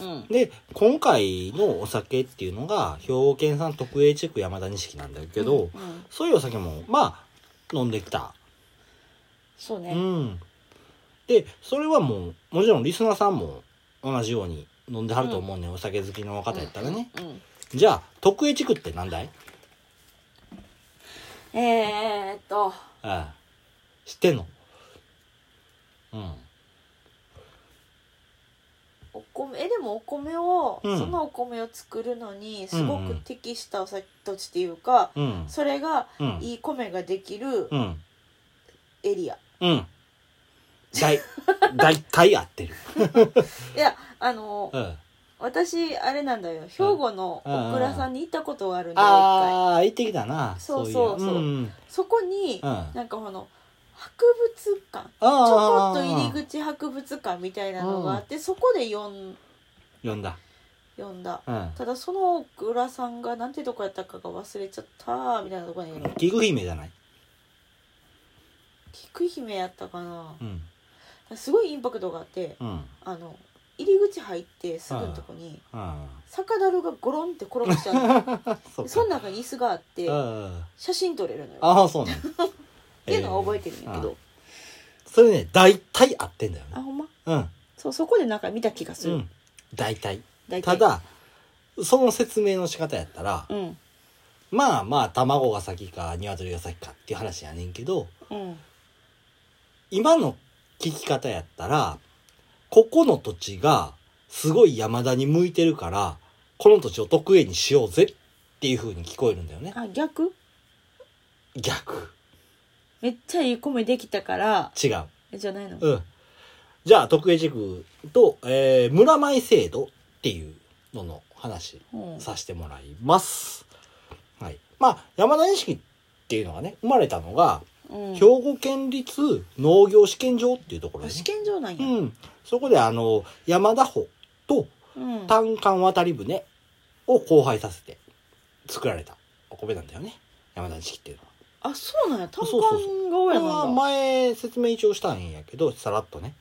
B: うん
A: で、今回のお酒っていうのが、兵庫県産特営地区山田錦なんだけど、
B: うんうん
A: そういうお酒も、まあ、飲んできた。
B: そう
A: う
B: ね
A: ん。で、それはもう、もちろんリスナーさんも同じように飲んではると思うね、ん、お酒好きの方やったらね。
B: うん
A: じゃあ、特営地区って何だい
B: えーっと
A: ああ知ってんのうん
B: お米えでもお米を、
A: うん
B: そのお米を作るのにすご
A: うんう
B: く
A: ん
B: 適したお酒土地っていうか、
A: うん
B: それが
A: うん
B: いい米ができる
A: うん
B: エリア、
A: うん
B: *laughs*
A: 大大体合ってる
B: いやあの
A: うん
B: 私あれなんだよ兵庫の小倉さんに行ったことがあるんだよ一回
A: ああ行ってきたな
B: そう
A: いや
B: そうそう
A: うん
B: そこに
A: あ
B: なんかこの博物館ちょこ
A: あ
B: っと入り口博物館みたいなのがあってそこで読ん
A: 読んだ
B: 読んだ
A: うん
B: ただその小倉さんがなんてとこやったかが忘れちゃったみたいなとこやねんけど
A: 菊姫じゃない
B: 菊姫やったかな
A: うん
B: すごいインパクトがあって
A: うん
B: あの入り口入ってすぐのとこに
A: あ
B: 酒樽がゴロンって転がしてあるの
A: あそ
B: でその
A: な
B: 中に椅子があって
A: あ
B: 写真撮れるのよ
A: あああそうなのっ
B: *laughs* っていうのは覚えてるんやけど、
A: それね大体合ってんだよ
B: あ
A: ね
B: ほんま
A: うん
B: そうそこでなんか見た気がす
A: う
B: る、
A: ん大体
B: 大
A: た
B: 体
A: だその説明の仕方やったら
B: うん
A: まあまあ卵が先か鶏が先かっていう話やねんけど
B: うん
A: 今の聞き方やったらここの土地がすごい山田に向いてるからこの土地を得意にしようぜっていう風に聞こえるんだよね
B: あ逆
A: 逆
B: めっちゃいい米できたから
A: 違う
B: えじゃないの、
A: うんじゃあ特営地区と、えー村前制度っていうのの話
B: うん
A: させてもらいますはいまあ山田錦っていうのがね生まれたのが
B: うん
A: 兵庫県立農業試験場っていうところ
B: あ
A: で、ね
B: 試、験場なんや、
A: うん、そこであの山田穂と
B: うん
A: 単管渡り船を交配させて作られたお米なんだよね山田錦っていうのは。
B: あそうなんや単
A: そうそうそ
B: 管が
A: こ
B: 多
A: れ
B: やな
A: は
B: んだ、
A: 前説明一応したんやけどさらっとね、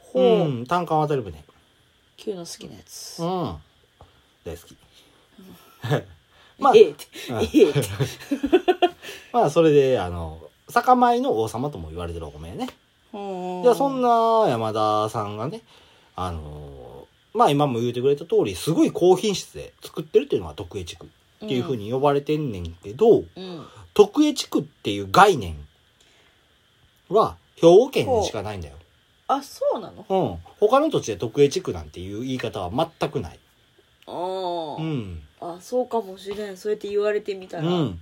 B: ほ
A: う
B: う、
A: ん、単管渡り船、
B: 旧の好きなやつ、
A: うん、大好き。 *laughs* まあ
B: ええって
A: うん
B: え
A: *laughs*
B: えって
A: まあそれであの酒米の王様とも言われてるお米やね。
B: うん
A: じゃあそんな山田さんがね、あのーまあ今も言うてくれた通り、すごい高品質で作ってるっていうのが特営地区っていうふうに呼ばれてんねんけど、
B: うん
A: 特営地区っていう概念は兵庫県にしかないんだよ。
B: あそうなの
A: うん。他の土地で特営地区なんていう言い方は全くない。
B: あ
A: う
B: ー、
A: ん。
B: あそうかもしれんそうやって言われてみた
A: う
B: ら、
A: ん。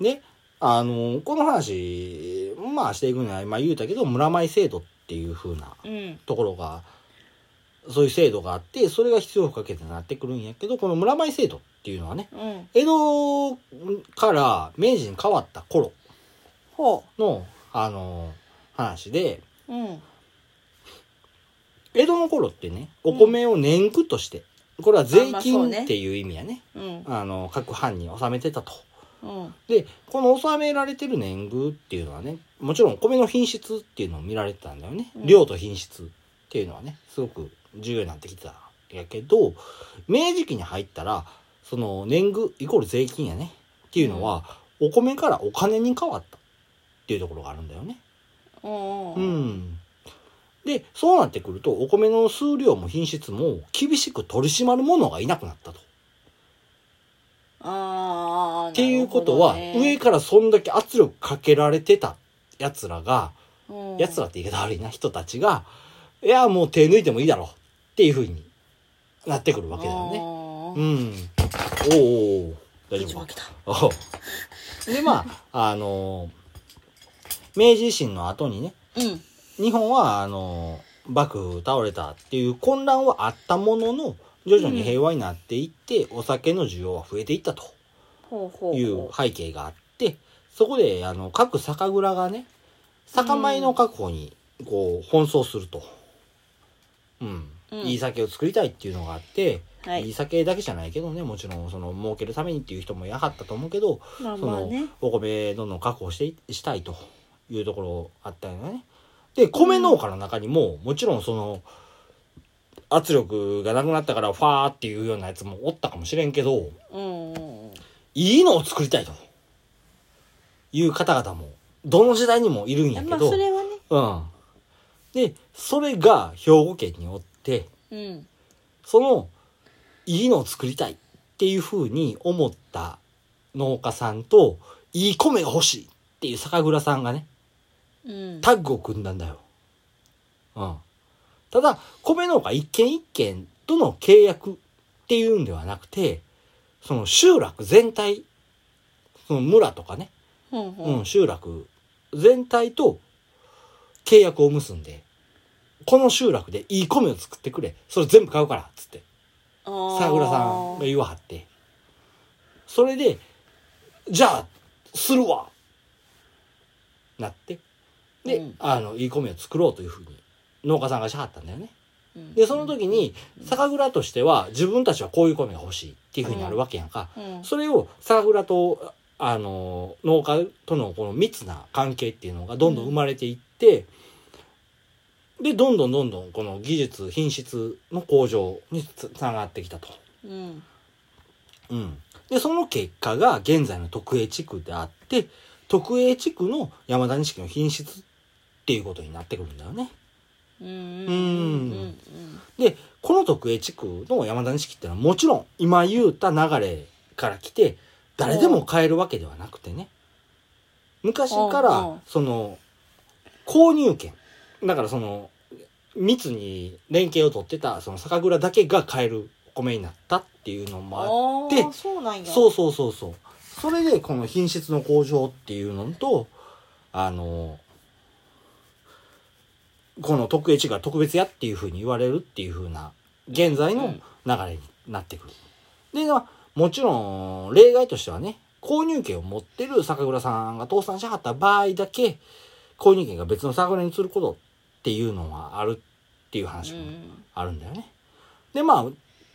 A: ね、あのーこの話、まあしていくには、まあ言うたけど、村前制度っていうふうな
B: うん
A: ところがそういう制度があってそれが必要不可欠になってくるんやけどこの村前制度っていうのはね
B: うん
A: 江戸から明治に変わった頃
B: ほ
A: のあの話で
B: ううん
A: 江戸の頃ってねお米を年貢として、これは税
B: あまあそう
A: 金
B: ね
A: っていう意味やね
B: うん
A: あの各藩に納めてたと。
B: うん
A: でこの納められてる年貢っていうのはねもちろんお米の品質っていうのを見られてたんだよね、
B: うん
A: 量と品質っていうのはねすごく重要になってきてたんやけど明治期に入ったらその年貢イコール税金やねっていうのは、お米からお金に変わったっていうところがあるんだよね。
B: うん
A: うんでそうなってくるとお米の数量も品質も厳しく取り締まる者がいなくなったと。
B: ああ
A: っていうことは、上からそんだけ圧力かけられてた奴らが、
B: 上
A: 奴らって言い方悪いな、人たちが、いや、もう手抜いてもいいだろうっていう風になってくるわけだよね。う
B: ね
A: ん。おうおう大
B: 一
A: 丈
B: 番
A: 夫
B: 来た
A: おうで、まあ、あのー明治維新の後にね、
B: うん
A: 日本は、あのー幕府倒れたっていう混乱はあったものの、徐々に平和になっていって、お酒の需要は増えていったと。
B: ほうほう
A: いう背景があってそこであの各酒蔵がね酒米の確保にこう奔走すると、うん
B: うん
A: いい酒を作りたいっていうのがあって、
B: はい
A: い酒だけじゃないけどねもちろんその儲けるためにっていう人もやはったと思うけど、
B: まあ
A: そ
B: まあ
A: の
B: ね
A: お米どんどん確保していしたいというところあったよね。で米農家の中にも、もちろんその圧力がなくなったからファーっていうようなやつもおったかもしれんけど
B: うんうんうん
A: いいのを作りたいという方々もどの時代にもいるんやけ
B: まあ
A: ど、
B: それはね
A: うん、でそれが兵庫県におって
B: うん
A: そのいいのを作りたいっていうふうに思った農家さんといい米が欲しいっていう酒蔵さんがね
B: うん
A: タッグを組んだんだよ。うん。ただ、米農家一軒一軒との契約っていうんではなくて、その集落全体、その村とかね、
B: うん
A: う
B: うん
A: ん、集落全体と契約を結んで、この集落でいい米を作ってくれ、それ全部買うから、つって、桜さんが言わはって。それで、じゃあ、するわなって。で、
B: うん
A: あの、いい米を作ろうというふうに、農家さんがしはったんだよね。
B: ん
A: で、その時に、酒蔵としては、自分たちはこういう米が欲しいっていうふうにあるわけやんか。
B: うん
A: それを酒蔵と、あの、農家とのこの密な関係っていうのがどんどん生まれていって、で、どんどんどんどんこの技術、品質の向上につつながってきたと。
B: うん
A: うん。で、その結果が現在の特営地区であって、特営地区の山田錦の品質っていうことになってくるんだよね。
B: うんうん
A: うんで、この特営地区の山田錦ってのはもちろん今言うた流れから来て、誰でも買えるわけではなくてね。昔か
B: うんうん
A: ら、その、購入権。だからその、密に連携を取ってた、その酒蔵だけが買えるお米になったっていうのもあっ
B: あ
A: で
B: あそうなんや
A: そううそうそうそう。それで、この品質の向上っていうのと、あの、この特営地が特別やっていうふうに言われるっていうふうな、現在の流れになってくる。で、まあもちろん、例外としてはね、購入権を持ってる酒蔵さんが倒産しはった場合だけ、購入権が別の酒蔵にすることっていうのはあるっていう話
B: う
A: も
B: ん
A: あるんだよね。で、まあ、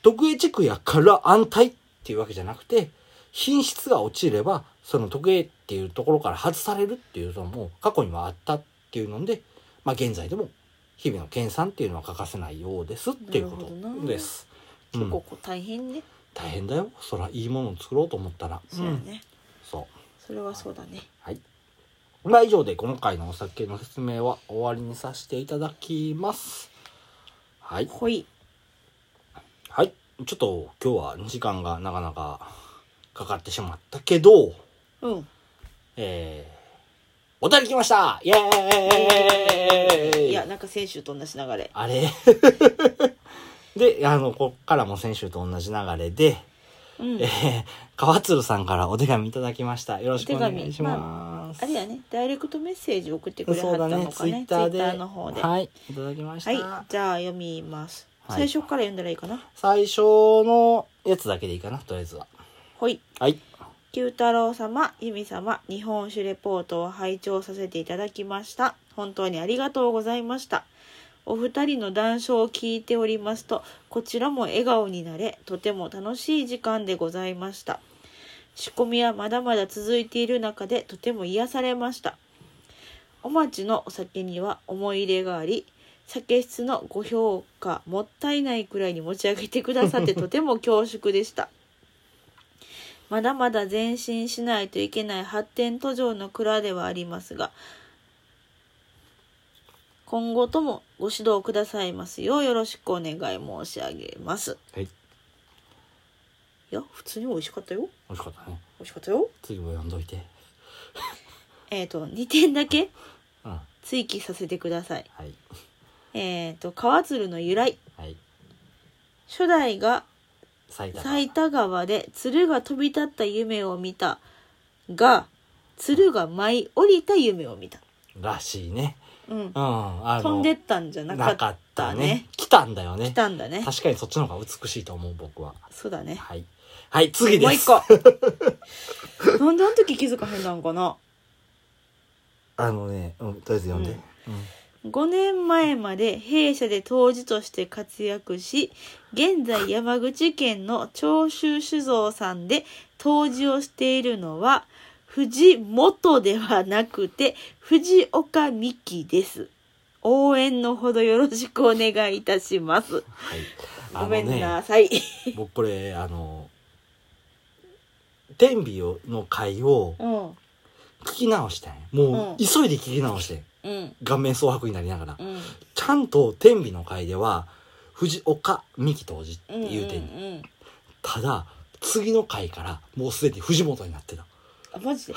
A: 特営地区やから安泰っていうわけじゃなくて、品質が落ちれば、その特営っていうところから外されるっていうのも過去にはあったっていうので、まあ現在でも日々の研鑽っていうのは欠かせないようですっていうこ
B: なるほど
A: と
B: な
A: です。う
B: 結
A: ん
B: 構、こう大変ね
A: 大変だよ。そらいいものを作ろうと思ったら。
B: そうや
A: ん
B: ね
A: そう。
B: それはそうだね
A: はい。まあ以上で今回のお酒の説明は終わりにさせていただきます。はい。
B: ほい
A: はい。ちょっと今日は時間がなかなかかかってしまったけど、
B: うん
A: えー、お便り来ましたイエーイ
B: いやなんか選手と同じ流れ
A: あれで、あの、こっからも先週と同じ流れで、
B: うん
A: えー、川鶴さんからお手紙いただきました。よろしくお願いします。
B: あれやねダイレクトメッセージ送ってくれは
A: そ
B: っ
A: うだ
B: た
A: ね
B: の、か
A: ツイッ
B: ね
A: ターで。
B: ツイッターの方では
A: はい、いただきました。
B: いじゃあ読みます
A: はい
B: 最初から読んだらいいかな
A: 最初のやつだけでいいかな、とりあえずは。
B: ほい
A: はい。
B: 九太郎様、由美様、日本酒レポートを拝聴させていただきました。本当にありがとうございました。お二人の談笑を聞いておりますと、こちらも笑顔になれ、とても楽しい時間でございました。仕込みはまだまだ続いている中で、とても癒されました。お町のお酒には思い入れがあり、酒質のご評価もったいないくらいに持ち上げてくださってとても恐縮でした。まだまだ前進しないといけない発展途上の蔵ではありますが、今後ともご指導くださいますようよろしくお願い申し上げます。
A: はい。
B: いや、普通に美味しかったよ。
A: 美味しかったね。
B: 美味しかったよ。
A: 次も読んどいて。
B: えっ、と、2点だけ
A: うん。は
B: 追記させてください。
A: い。
B: えっ、と、川鶴の由来。
A: はい。
B: 初代が
A: 埼玉。
B: 埼玉川で鶴が飛び立った夢を見たが、鶴が舞い降りた夢を見た。
A: らしいね。
B: うん。
A: うん。あの
B: 飛んでったんじゃなか
A: な
B: っ
A: かった
B: た
A: ね
B: ね。。
A: 来たんだよね
B: 来。たんだね。
A: 確かにそっちの方が美しいと思う、僕は。
B: そうだね。
A: はい。はい、次です。
B: もう一個。 *laughs* なんであの時気づかへんなんかな。
A: あのね、うん、とりあえず読んで。うん。
B: 5年前まで弊社で当時として活躍し、現在山口県の長州酒造さんで当時をしているのは、藤本ではなくて、藤岡美希です。応援のほどよろしくお願いいたします。
A: はい。あ
B: ご
A: の
B: め
A: ね
B: んな
A: *laughs*
B: さい。
A: 僕これ、あの、天日の回を
B: うん。
A: 聞き直したんやもう、
B: うん
A: 急いで聞き直してん
B: うん。
A: 顔面蒼白になりながら。
B: うん。
A: ちゃんと天日の回では、藤岡美希当時って
B: うん。
A: 言うてんねん
B: うんうん。
A: ただ、次の回からもうすでに藤本になってた。
B: あ、
A: *laughs*
B: マジで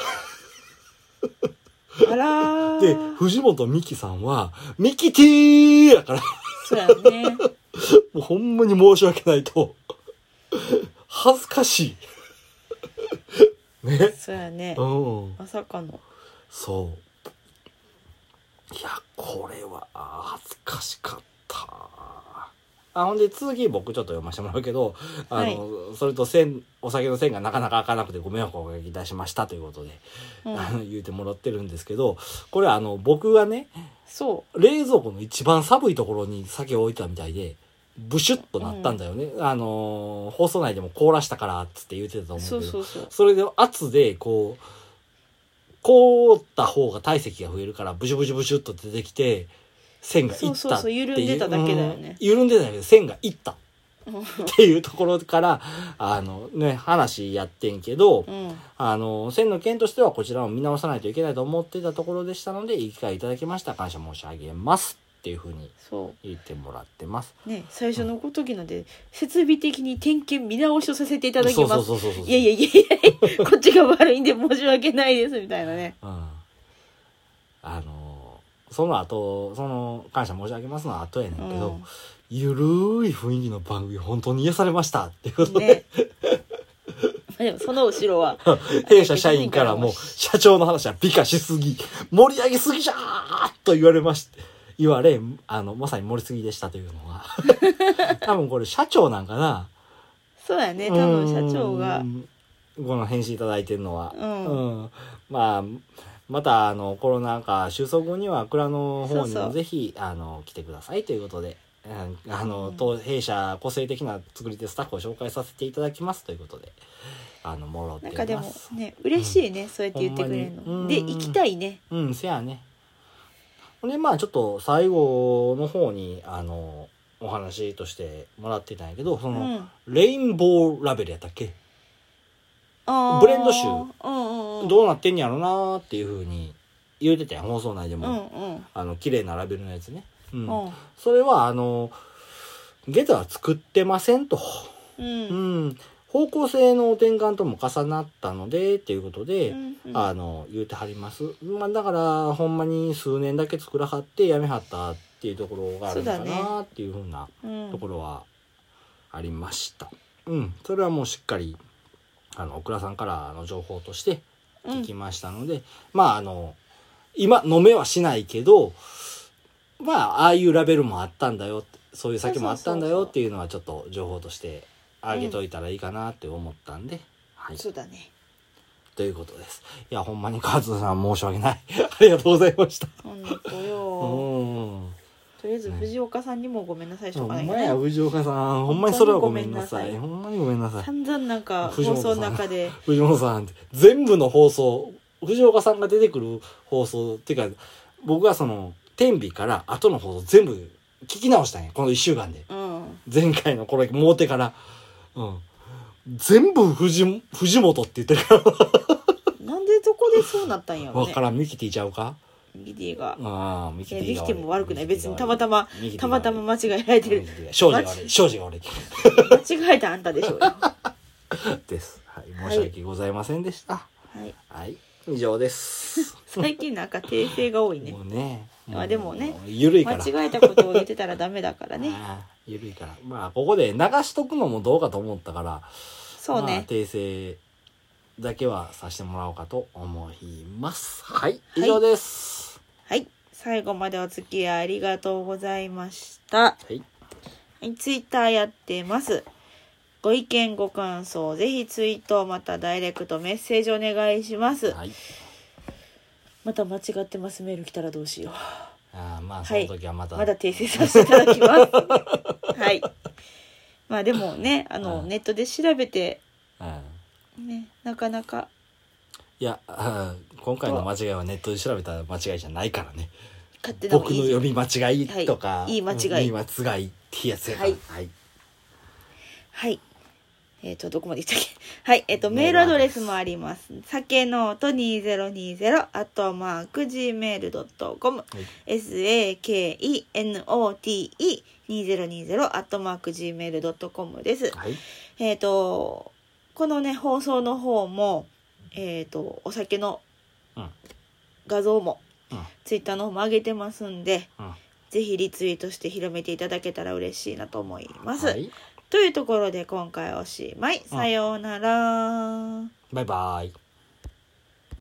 B: あらー。
A: で、藤本美希さんは、ミキティーだから、 *laughs*
B: そうやね。
A: もうほんまに申し訳ないと。 *laughs* 恥ずかしい。 *laughs* ね。
B: そうやね
A: う。ん。
B: まさかの。
A: そう。いや、これは、あー恥ずかしかった。あ、ほんで、次僕ちょっと読ませてもらうけど、あの、それと線、お酒の線がなかなか開かなくてご迷惑をおかけいたしましたということで、
B: うん。
A: あの、 *laughs* 言うてもらってるんですけど、これあの、僕がね、
B: そ
A: 冷蔵庫の一番寒いところに酒を置いてたみたいで、ブシュッとなったんだよね。あのー放送内でも凍らしたからっつって言ってたと思う
B: う。
A: けど。
B: そうそうそう。
A: それで圧で、こう、凍った方が体積が増えるから、ブシュブシュブシュっと出てきて、線がいったっていう。
B: そうそうそう緩んでただけだよね
A: うん緩んでたけど、線がいったっ
B: う
A: ていうところから、あのね、話やってんけど、
B: ん。うん
A: あの、線の件としてはこちらを見直さないといけないと思ってたところでしたので、いい機会いただきました。感謝申し上げます。っていうふうに
B: そ
A: 言ってもらってます。
B: う。ね、最初のごときので、設備的に点検見直しをさせていただきます。
A: そうそうそうそうそう。
B: いやいやいやいやこっちが悪いんで申し訳ないです、みたいなね。
A: うんあのその後その感謝申し上げますのは後やねんけど、
B: うん
A: ゆるーい雰囲気の番組本当に癒されましたっていうことで、
B: ね。まあでもその後ろは、
A: 弊社社員からも社長の話は美化しすぎ盛り上げすぎじゃーと言われまして言われあのまさに盛りすぎでしたというのは *laughs* 多分これ社長なんかな
B: そうやね、多分社長が
A: う、んこの返信いただいてるのは、
B: うん
A: うんまあまたあのコロナ禍収束後には蔵の方に
B: そうそ
A: も
B: う
A: ぜひあの来てくださいということで、うん、あの、
B: うん
A: 当弊社個性的な作り手スタッフを紹介させていただきますということであのもろって
B: ないん
A: ます
B: かでもね、嬉しいね、そうやって言ってくれる
A: ほんま
B: の。
A: に
B: で、
A: うん
B: 行きたいね。
A: うんせやねほんでまあちょっと最後の方にあのお話としてもらってたんやけどそうの、
B: ん。
A: レインボーラベルやったっけ
B: あー
A: ブレンド臭
B: うんうんうん。
A: どうなってんやろなーっていうふうに言うてたやん放送内で
B: う
A: も、
B: んうん。
A: あの綺麗なラベルのやつね、うん
B: うん
A: それはあのゲザは作ってませんと、
B: う。
A: うんん、方向性の転換とも重なったのでっていうことで、
B: うんうん
A: あの言うてはります、まあ、だからほんまに数年だけ作らはってやめはったっていうところがあるのか
B: そうだ
A: なっていうふうな
B: うん
A: ところはありました、うん、それはもうしっかりあの奥田さんからの情報として聞きましたので、まああの今飲めはしないけどまあああいうラベルもあったんだよってそういう酒もあったんだ
B: そうそうそう
A: よ
B: そう
A: っていうのはちょっと情報としてあげといたらいいかなって思ったんで、は
B: う
A: い
B: ん、そうだね。
A: ということですいやほんまにカズさん申し訳ない *laughs* ありがとうございました
B: ほんと
A: う
B: よ。
A: ん
B: とりあえず藤岡さんにもごめんなさいしょ
A: ほ
B: うがない
A: ん
B: か
A: ま
B: ら
A: や
B: ね。
A: 藤岡さんほんまにそれはごめんなさい
B: ほ
A: ほんまにごめんなさい
B: 散々なんか放
A: 藤本さん
B: 送の中で、
A: 藤本さんって全部の放送藤岡さんが出てくる放送っていうか僕はその天日から後の放送全部聞き直したんやこの1週間で
B: うん、
A: 前回のこれもうてから、うん、全部藤藤本って言ってるか
B: なんでどこでそうなったんや
A: ら
B: ろ
A: わ
B: ね
A: か。らんミキティちゃうか
B: ミディが。
A: ああミキ
B: い
A: テ
B: や、
A: ィが
B: ミキ
A: 悪
B: ティも悪くない。
A: ミキ
B: 別
A: ティ
B: に
A: が
B: たまたま
A: ミキ、テ
B: た
A: ィが悪
B: ま
A: い
B: たま間違えられて
A: ミ
B: る
A: キ。ティが庄司が悪
B: マ
A: い
B: ジ
A: 庄司が悪い
B: 間違えたあんたでしょうよ。は
A: です、はい、申し訳ございませんでした
B: い。
A: はい、以上です、
B: 最近なんか訂正が多いね
A: も。うね
B: まあでもね
A: ゆるいから
B: 間違えたことを言ってたらダメだからね。
A: ああ緩いからまあここで流しとくのもどうかと思ったから
B: そう
A: まあ
B: ね。
A: 訂正だけはさせてもらおうかと思いますはい以上です
B: はい。最後までお付き合いありがとうございました。
A: はい
B: はい、ツイッターやってます。ご意見、ご感想、ぜひツイート、またダイレクトメッセージお願いします。
A: はい
B: また間違ってますメール来たらどうしよう。
A: あーまあそ
B: はい
A: の時はまた、
B: まだ訂正させていただき *laughs* ます。はい。まあでもね、あの、
A: うん
B: ネットで調べて、
A: うん
B: ね、なかなか、
A: いやあー今回の間違いはネットで調べた間違いじゃないからね
B: 勝手なも
A: 僕
B: い
A: の
B: い
A: 読み間違いとか、
B: はいいい間違い
A: うんいい間違いってやつやから
B: はい
A: はい
B: はい。えっ、と、どこまで言ったっけ *laughs* はい。えっ、と、メ
A: メー
B: ール
A: ル
B: ア
A: ア
B: ド
A: ド
B: レ
A: レ
B: ス
A: ス
B: もあります。さけのうと2020、アットマーク、gmail.com、
A: はい
B: sakenote2020、アットマーク、gmail.com です。
A: はい
B: えっ、と、このね、放送の方も、えっ、と、お酒の
A: うん
B: 画像も、
A: うん
B: ツイッターの方も上げてますんで、
A: うん
B: ぜひリツイートして広めていただけたら嬉しいなと思います。
A: はい
B: というところで今回おしまい。さようなら。
A: バイバイ